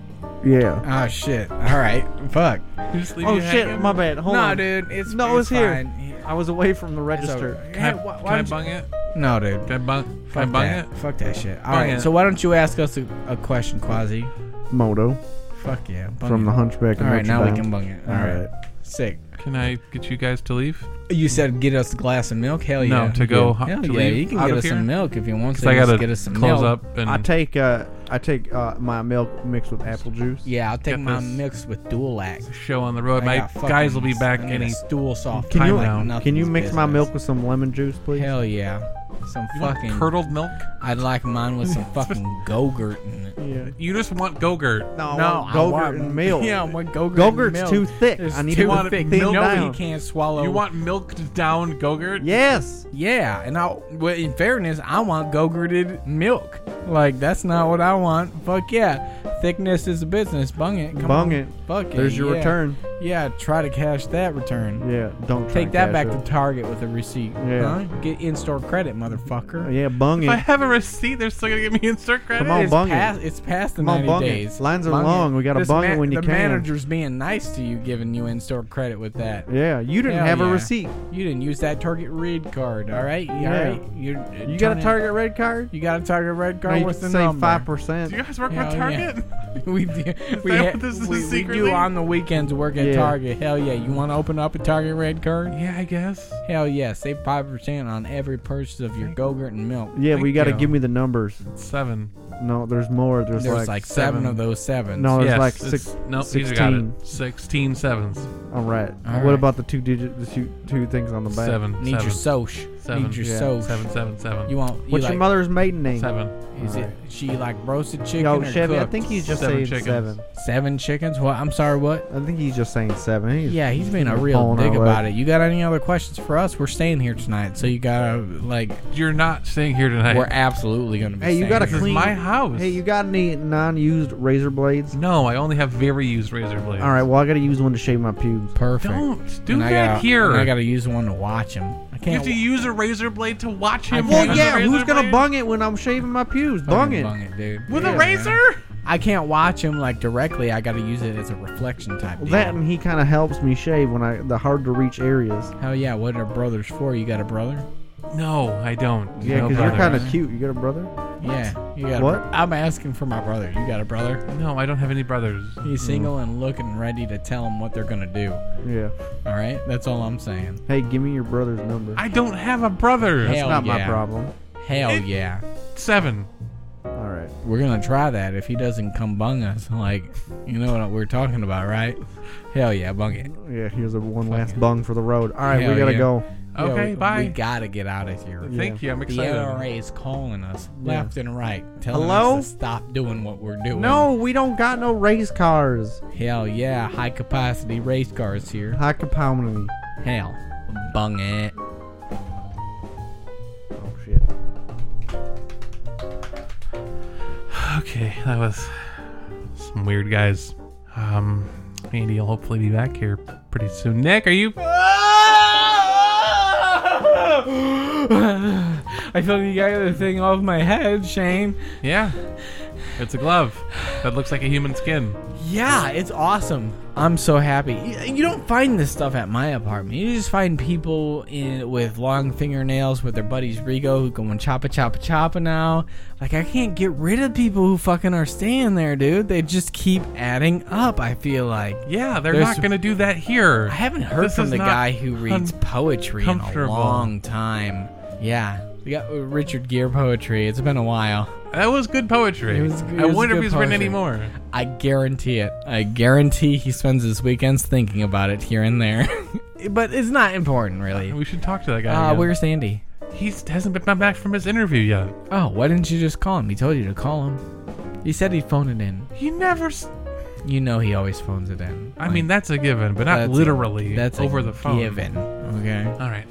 S3: Yeah.
S1: Oh, shit. All right. Fuck.
S2: You just leave
S3: Oh
S2: you
S3: shit,
S2: hanging.
S3: my bad. Hold
S1: no,
S3: on.
S1: dude. It's,
S3: No, it's here.
S1: fine. Here.
S3: I was away from the register.
S2: Can I,
S1: Hey, why,
S2: can
S1: why
S2: I
S1: don't you-
S2: bung it?
S1: No, dude.
S2: Can I bung? Can I
S1: Fuck
S2: bung
S1: that.
S2: it?
S1: Fuck that shit. All
S2: Bung
S1: right.
S2: it.
S1: So why don't you ask us a, a question, Quasi?
S3: Moto
S1: Fuck yeah. Bung
S3: from
S1: it.
S3: the Hunchback of
S1: All right,
S3: Notre
S1: now we
S3: Dame.
S1: can bung it. All
S3: All
S1: right.
S3: right.
S1: Sick.
S2: Can I get you guys to leave?
S1: You said get us a glass of milk. Hell yeah.
S2: No, to go. ho-
S1: Hell
S2: to
S1: yeah,
S2: leave
S1: you can
S2: out
S1: get
S2: of
S1: us
S2: here?
S1: some milk if you want
S2: 'Cause
S1: to.
S2: I
S1: Just
S2: gotta
S1: get us some
S2: close
S1: milk.
S2: up and
S3: I take uh, I take uh, my milk mixed with apple juice.
S1: Yeah, I'll take
S2: Get
S1: my
S2: this.
S1: mix with Dulac.
S2: show on the road.
S1: I
S2: My
S1: got fucking-
S2: guys will be back
S1: I need
S2: any.
S1: a stool soft.
S3: Can you
S1: like
S3: can you
S1: nothing's
S3: mix my
S1: business.
S3: milk with some lemon juice, please?
S1: Hell yeah. Some
S2: You want
S1: fucking.
S2: curdled milk?
S1: I'd like mine with some fucking Gogurt in it.
S3: Yeah.
S2: You just want Gogurt.
S3: No,
S1: No,
S3: no
S1: I
S3: Gogurt
S1: want-
S3: and milk.
S1: Yeah, I want Gogurt and
S3: Gogurt's
S1: milk.
S3: too thick.
S1: It's
S3: I need
S1: too
S3: to want it
S1: thick.
S3: thinned
S1: You know
S3: down.
S1: he can't swallow.
S2: You want milked down Gogurt?
S3: Yes.
S1: Yeah, and I, well, in fairness, I want Gogurted milk. Like that's not what I want. Fuck yeah, thickness is a business. Bung it, come
S3: Bung
S1: on.
S3: it.
S1: Fuck it.
S3: There's your
S1: yeah.
S3: return.
S1: Yeah, try to cash that return.
S3: Yeah. Don't try
S1: Take
S3: and
S1: that
S3: cash
S1: back
S3: it.
S1: to Target with a receipt.
S3: Yeah.
S1: Huh? Get in-store credit, motherfucker.
S3: yeah, bung
S2: If I
S3: it.
S2: have a receipt, they're still gonna give me insert credit.
S3: Come on,
S1: it's
S3: bung it.
S1: past, It's past the
S3: Come on,
S1: 90
S3: bung it.
S1: days.
S3: Lines are long. We gotta
S1: This
S3: bung it when you
S1: the
S3: can.
S1: manager's being nice to you, giving you in-store credit with that.
S3: Yeah, you didn't
S1: Hell
S3: have a
S1: yeah.
S3: receipt.
S1: You didn't use that Target Read card, all right?
S3: Yeah.
S1: All right. You're, turn
S3: You got
S1: it-
S3: a Target red card?
S1: You got a Target Red
S3: No,
S1: card.
S3: you
S1: What's the
S3: save
S1: number?
S3: five percent.
S2: Do you guys work
S1: Yeah,
S2: with
S1: yeah.
S2: Target?
S1: We do. We,
S2: that
S1: ha-
S2: what this is
S1: we, we do
S2: secretly?
S1: on the weekends work at
S3: Yeah.
S1: Target. Hell yeah! You want to open up a Target Red card?
S2: Yeah, I guess.
S1: Hell yeah! Save five percent on every purchase of your Gogurt and milk.
S3: Yeah,
S2: Thank
S3: we got to
S2: you.
S3: give me the numbers.
S2: Seven.
S3: No, there's more. There's,
S1: There's like, seven, of those sevens.
S3: No, there's
S2: yes,
S3: like
S2: it's-
S3: six.
S2: Nope, these are got it. 16 sevens.
S3: All right.
S1: All
S3: What
S1: right.
S3: about the two digit, the two, two things on the back?
S2: Seven.
S1: need
S2: seven,
S1: your soch.
S2: seven,
S1: Need your
S3: yeah,
S1: soch.
S2: seven, seven, seven.
S1: You want? You
S3: What's
S1: like,
S3: your mother's maiden name?
S2: Seven.
S1: Is it she like roasted chicken
S3: Yo,
S1: or
S3: Chevy, I
S1: cooked?
S3: think he's just
S2: Seven
S3: saying
S2: chickens.
S3: seven.
S1: seven chickens. What? I'm sorry. What?
S3: I think he's just saying seven. He's-
S1: Yeah, he's being a real
S3: Pulling our
S1: dick
S3: leg.
S1: about it. You got any other questions for us? We're staying here tonight, so you gotta like.
S2: You're not staying here tonight.
S1: We're absolutely gonna be.
S3: Hey, you
S1: staying
S3: gotta
S1: here.
S2: this is
S3: clean-
S2: my house.
S3: Hey, you got any non-used razor blades?
S2: No, I only have very used razor blades.
S3: All right. Well, I gotta use one to shave my pubes.
S1: Perfect.
S2: Don't do
S1: And I
S2: that
S1: gotta,
S2: here.
S1: and I gotta use one to watch him. I
S2: you
S1: can't.
S2: have to use a razor blade to watch him.
S1: can't-
S3: Well,
S2: use
S3: yeah.
S2: a razor
S3: Who's gonna
S2: blade?
S3: bung it when I'm shaving my pubes?
S1: fucking
S3: Bung it.
S1: bung it, dude.
S2: with
S1: Yeah,
S2: a
S1: man.
S2: razor?
S1: I can't watch him like directly. I gotta use it as a reflection type.
S3: Well,
S1: deal.
S3: that and he kind of helps me shave when I the hard to reach areas.
S1: Hell yeah! What are brothers for? You got a brother?
S2: No, I don't.
S3: Yeah,
S2: no,
S3: because you're kind
S2: brother.
S3: of cute. You got a brother?
S1: Yeah, you got. A
S3: What?
S1: bro- I'm asking for my brother. You got a brother?
S2: No, I don't have any brothers.
S1: He's single and looking ready to tell him what they're gonna do.
S3: Yeah.
S1: All right, that's all I'm saying.
S3: Hey, give me your brother's number.
S2: I don't have a brother.
S1: Hell
S3: Not
S1: yeah.
S3: my problem.
S1: Hell
S2: It-
S1: yeah!
S2: Seven.
S3: All right.
S1: We're gonna try that if he doesn't come bung us. Like, you know what we're talking about, right? Hell yeah, bung it.
S3: Yeah, here's a one last
S1: it.
S3: bung for the road. All right,
S1: Hell
S3: we gotta
S1: yeah.
S3: go.
S2: Okay,
S1: yeah, we,
S2: bye.
S1: We gotta get out of here.
S2: Thank you. I'm
S1: The
S2: excited.
S1: NRA is calling us
S3: Yeah.
S1: left and right, telling
S3: Hello?
S1: us to stop doing what we're doing.
S3: No, we don't got no race cars.
S1: Hell yeah, high capacity race cars here.
S3: High capacity.
S1: Hell, bung it.
S3: Oh shit.
S2: Okay, that was some weird guys. Um, Andy will hopefully be back here pretty soon. Nick, are you?
S1: I thought you got the thing off my head, Shane.
S2: Yeah, it's a glove that looks like a human skin.
S1: Yeah, it's awesome. I'm so happy. Y- You don't find this stuff at my apartment. You just find people in with long fingernails with their buddies Rigo who going choppa choppa choppa now. Like I can't get rid of people who fucking are staying there, dude. They just keep adding up. I feel like
S2: Yeah, they're
S1: There's-
S2: not gonna do that here.
S1: I haven't heard
S2: This
S1: from
S2: is
S1: the
S2: not
S1: guy who reads
S2: un-
S1: poetry in a
S2: comfortable.
S1: long time. Yeah, we got uh, Richard Gere poetry. It's been a while.
S2: That was good poetry.
S1: It was- it
S2: I
S1: was
S2: wonder if
S1: good
S2: he's written
S1: poetry.
S2: any more.
S1: I guarantee it. I guarantee he spends his weekends thinking about it here and there. but it's not important, really.
S2: We should talk to that guy.
S1: Uh,
S2: again.
S1: where's Andy?
S2: He hasn't been back from his interview yet.
S1: Oh, why didn't you just call him? He told you to call him. He said he'd phone it in.
S2: He never. s
S1: You know he always phones it in.
S2: I mean, that's a given, but not
S1: That's a-
S2: literally.
S1: that's a
S2: over the phone.
S1: Given. Okay.
S2: All right.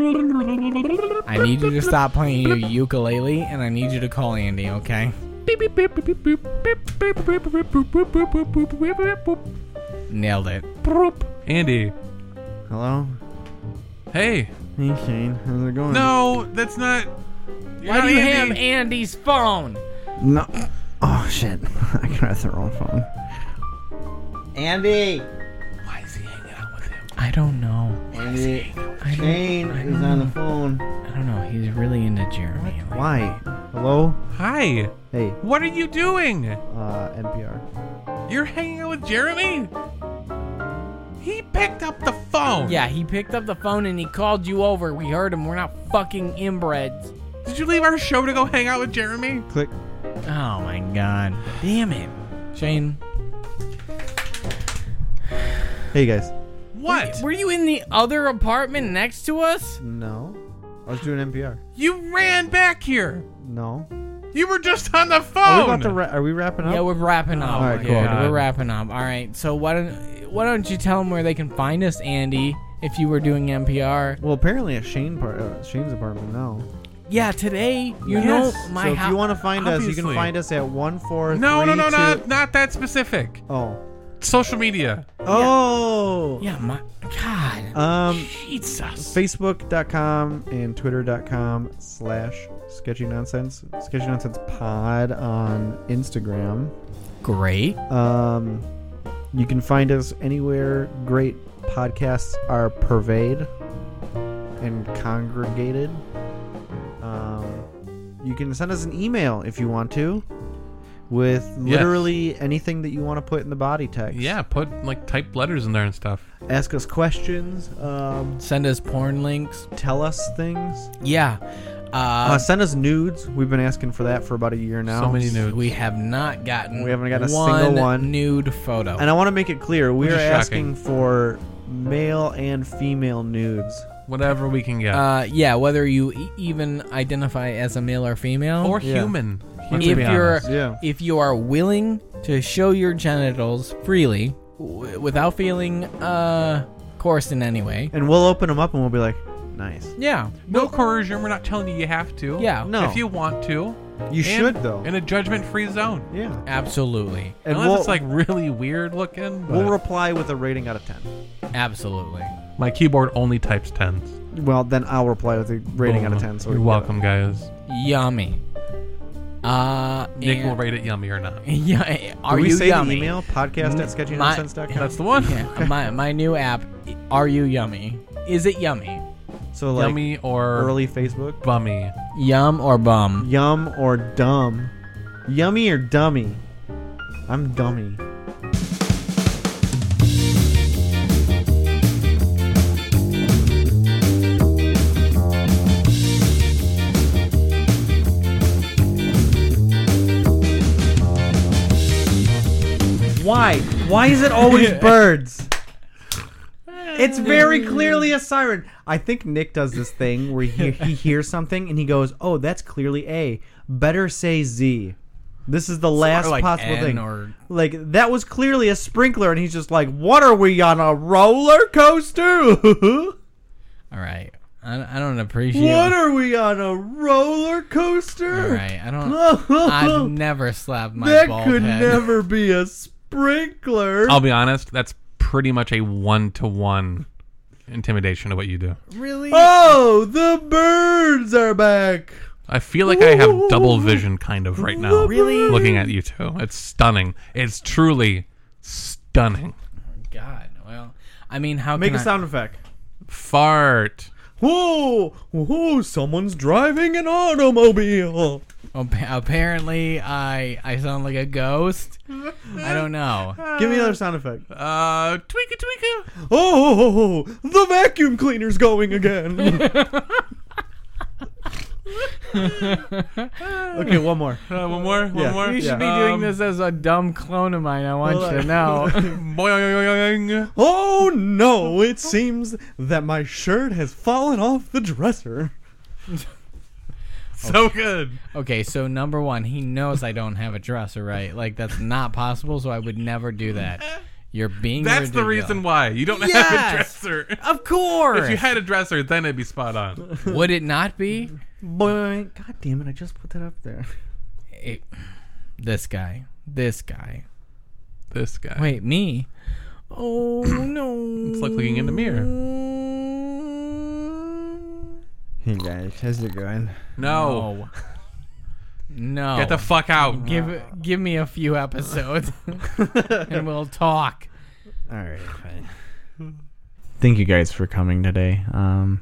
S1: I need you to stop playing your ukulele and I need you to call Andy, okay? Nailed it.
S2: Andy.
S3: Hello.
S2: Hey.
S3: Hey Shane, how's it going?
S2: No, that's not. You're
S1: Why
S2: not
S1: do you
S2: Andy.
S1: have Andy's phone?
S3: No. Oh shit. I got the wrong phone.
S7: Andy!
S2: Why is he hanging out with him?
S1: I don't know.
S7: Andy,
S1: I don't,
S7: Shane
S1: I
S7: is
S1: don't
S7: on the
S1: know.
S7: phone.
S1: I don't know. He's really into Jeremy.
S3: Why? Hello.
S2: Hi.
S3: Hey.
S2: What are you doing?
S3: Uh, NPR.
S2: You're hanging out with Jeremy? He picked up the phone.
S1: Yeah, he picked up the phone and he called you over. We heard him. We're not fucking inbreds.
S2: Did you leave our show to go hang out with Jeremy?
S3: Click.
S1: Oh my god. Damn it. Shane,
S3: Hey guys.
S2: What?
S1: were you in the other apartment next to us?
S3: No. I was doing NPR.
S2: You ran back here.
S3: No.
S2: You were just on Oh, the
S3: Are we,
S2: phone.
S3: about to ra- are we wrapping up?
S1: Oh, Yeah, we're oh wrapping up.
S3: All right,
S1: dude.
S3: cool.
S1: We're wrapping up. All right. So why don't why don't you tell them where they can find us, Andy? If you were doing NPR,
S3: well, apparently at Shane par- uh, Shane's apartment now.
S1: yeah. Today, you
S2: Yes.
S1: know my
S3: so if
S1: hou-
S3: you want to find us, you
S2: obviously.
S3: can find us at one four.
S2: no, no, no, not not that specific.
S3: Oh.
S2: Social media.
S3: Oh.
S1: Yeah, my God.
S3: Um.
S1: Jesus.
S3: Facebook.com and Twitter.com slash Sketchy Nonsense. Sketchy Nonsense Pod on Instagram.
S1: Great.
S3: Um, you can find us anywhere great podcasts are purveyed and congregated. Um, you can send us an email if you want to with literally anything that you want to put in the body text.
S2: Yeah, put like typed letters in there and stuff.
S3: Ask us questions, um,
S1: Send us porn links.
S3: tell us things.
S1: Yeah.
S3: Uh,
S1: Uh,
S3: send us nudes. We've been asking for that for about a year now.
S2: Um, So many nudes.
S1: we have not gotten.
S3: We haven't gotten a single one.
S1: nude photo.
S3: And I want to make it clear we
S2: Which
S3: are
S2: is
S3: asking for male and female nudes.
S2: Whatever we can get.
S1: uh, yeah, whether you e- even identify as a male or female,
S2: or
S3: yeah.
S2: human. Let's
S1: if
S2: be
S1: you're
S2: honest.
S3: Yeah.
S1: if you are willing to show your genitals freely w- without feeling uh coerced in any way.
S3: And we'll open them up and we'll be like, nice.
S1: Yeah.
S2: no coercion, we're not telling you you have to.
S1: Yeah.
S3: No.
S2: If you want to.
S3: You
S2: And-
S3: should, though.
S2: In a judgment free zone.
S3: yeah.
S1: Absolutely.
S3: And
S2: Unless
S3: we'll,
S2: it's like really weird looking.
S3: we'll
S2: but-
S3: reply with a rating out of 10.
S1: Absolutely.
S2: My keyboard only types tens.
S3: Well, then I'll reply with a rating out of 10. So
S2: You're
S3: we can get
S2: welcome, guys.
S1: Yummy. Uh
S2: Nick
S1: and-
S2: will rate it yummy or not.
S1: Yeah,
S3: it.
S1: are
S3: Do we
S1: you
S3: say
S1: yummy?
S3: the email? Podcast at sketchynonsense.com.
S2: That's the one.
S1: Yeah, my my new app, Are You Yummy? Is it yummy?
S3: So, like,
S2: yummy or
S3: early Facebook.
S2: bummy.
S1: Yum or bum?
S3: Yum or dumb? Yummy or dummy? I'm dummy. Why? Why is it always birds? It's very clearly a siren. I think Nick does this thing where he, he hears something and he goes, "Oh, that's clearly A. Better say Z." This is the last
S1: like
S3: possible
S1: N
S3: thing.
S1: or-
S3: like that was clearly a sprinkler, and he's just like, "What are we on a roller coaster? what
S1: All right. I, I don't appreciate.
S3: are we on a roller coaster?"
S1: All right. I don't. I've never slapped my
S3: that
S1: bald
S3: could
S1: head. Oh,
S3: never be a sprinkler.
S2: I'll be honest, that's pretty much a one to one intimidation of what you do.
S1: Really?
S3: oh, the birds are back.
S2: I feel like I have double vision kind of right now.
S1: Really?
S2: Looking at you two. It's stunning. It's truly stunning.
S1: God. Well, I mean, how
S3: Make
S1: can
S3: a
S1: I-
S3: sound effect.
S2: Fart.
S3: Whoa! Whoa! Someone's driving an automobile.
S1: Appa- Apparently, I I sound like a ghost. I don't know.
S3: Give me another sound effect. Oh,
S2: Uh tweaka tweaka.
S3: oh, oh, oh, the vacuum cleaner's going again. okay, one more.
S2: Uh, one more, one
S3: Yeah.
S2: more.
S3: You should be
S2: Um,
S1: as a dumb clone of mine. I want
S3: you to
S1: know.
S2: boing.
S3: Oh no! It seems that my shirt has fallen off the dresser.
S2: So good.
S1: okay, so number one, he knows I don't have a dresser, right? Like that's not possible. So I would never do that. You're being.
S2: That's the
S1: ridiculous.
S2: reason why. You don't have
S1: Yes!
S2: a dresser.
S1: Of course.
S2: If you had a dresser, then it'd be spot on.
S1: would it not be?
S3: Boy, god damn it! I just put that up there.
S1: It- this guy. This guy.
S2: This guy.
S1: Wait, me. Oh no.
S2: It's like looking in the mirror.
S3: Hey guys, how's it going?
S2: No.
S1: No. No.
S2: Get the fuck out.
S1: give give me a few episodes and we'll talk.
S3: All right, fine. Thank you guys for coming today. Um,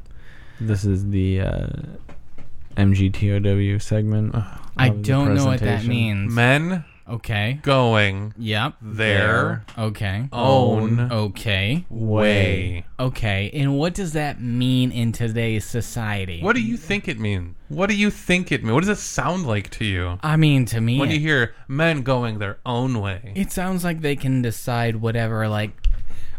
S3: this is the uh, MGTOW segment.
S1: I
S3: of the
S1: don't know what that
S3: presentation.
S1: means.
S2: Men
S1: Okay.
S2: going
S1: Yep.
S2: their
S1: Okay.
S2: Oh. own
S1: Okay.
S2: way.
S1: Okay. And what does that mean in today's society?
S2: What do you think it means? What do you think it means? What does it sound like to you
S1: I mean, to me,
S2: when you
S1: it-
S2: hear men going their own way?
S1: it sounds like they can decide whatever like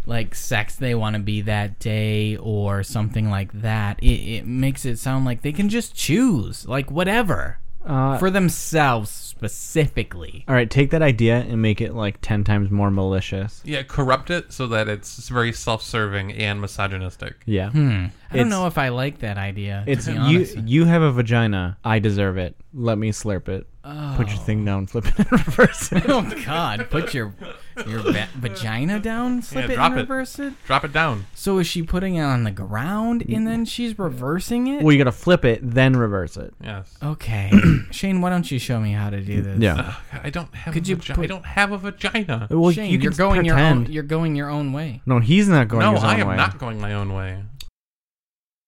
S1: like sex they want to be that day or something like that it, it makes it sound like they can just choose like whatever
S4: Uh,
S1: for themselves specifically
S4: all right, take that idea and make it like ten times more malicious.
S2: Yeah, corrupt it so that it's very self-serving and misogynistic.
S4: Yeah,
S1: i don't
S4: It's-
S1: know if i like that idea Hmm. to
S4: it's
S1: be
S4: you.
S1: honest.
S4: You have a vagina. I deserve it. Let me slurp it. Put your thing down. Flip it in reverse.
S1: oh god put your your va- vagina down slip
S2: Yeah,
S1: it
S2: drop
S1: and
S2: it.
S1: reverse it.
S2: Drop it down.
S1: so is she putting it on the ground and then she's reversing it
S4: well, you gotta flip it, then reverse it.
S2: Yes.
S1: okay shane why don't you show me how to do this
S4: Yeah.
S2: I don't have.
S1: Could
S2: a
S1: you
S2: vagi- I
S1: put-
S2: don't have a vagina.
S4: Well,
S1: Shane,
S4: you can
S1: are going your
S4: pretend.
S1: own. You're going your own way.
S4: No, he's not going
S2: No,
S4: his own
S2: I am
S4: way.
S2: not going my own way.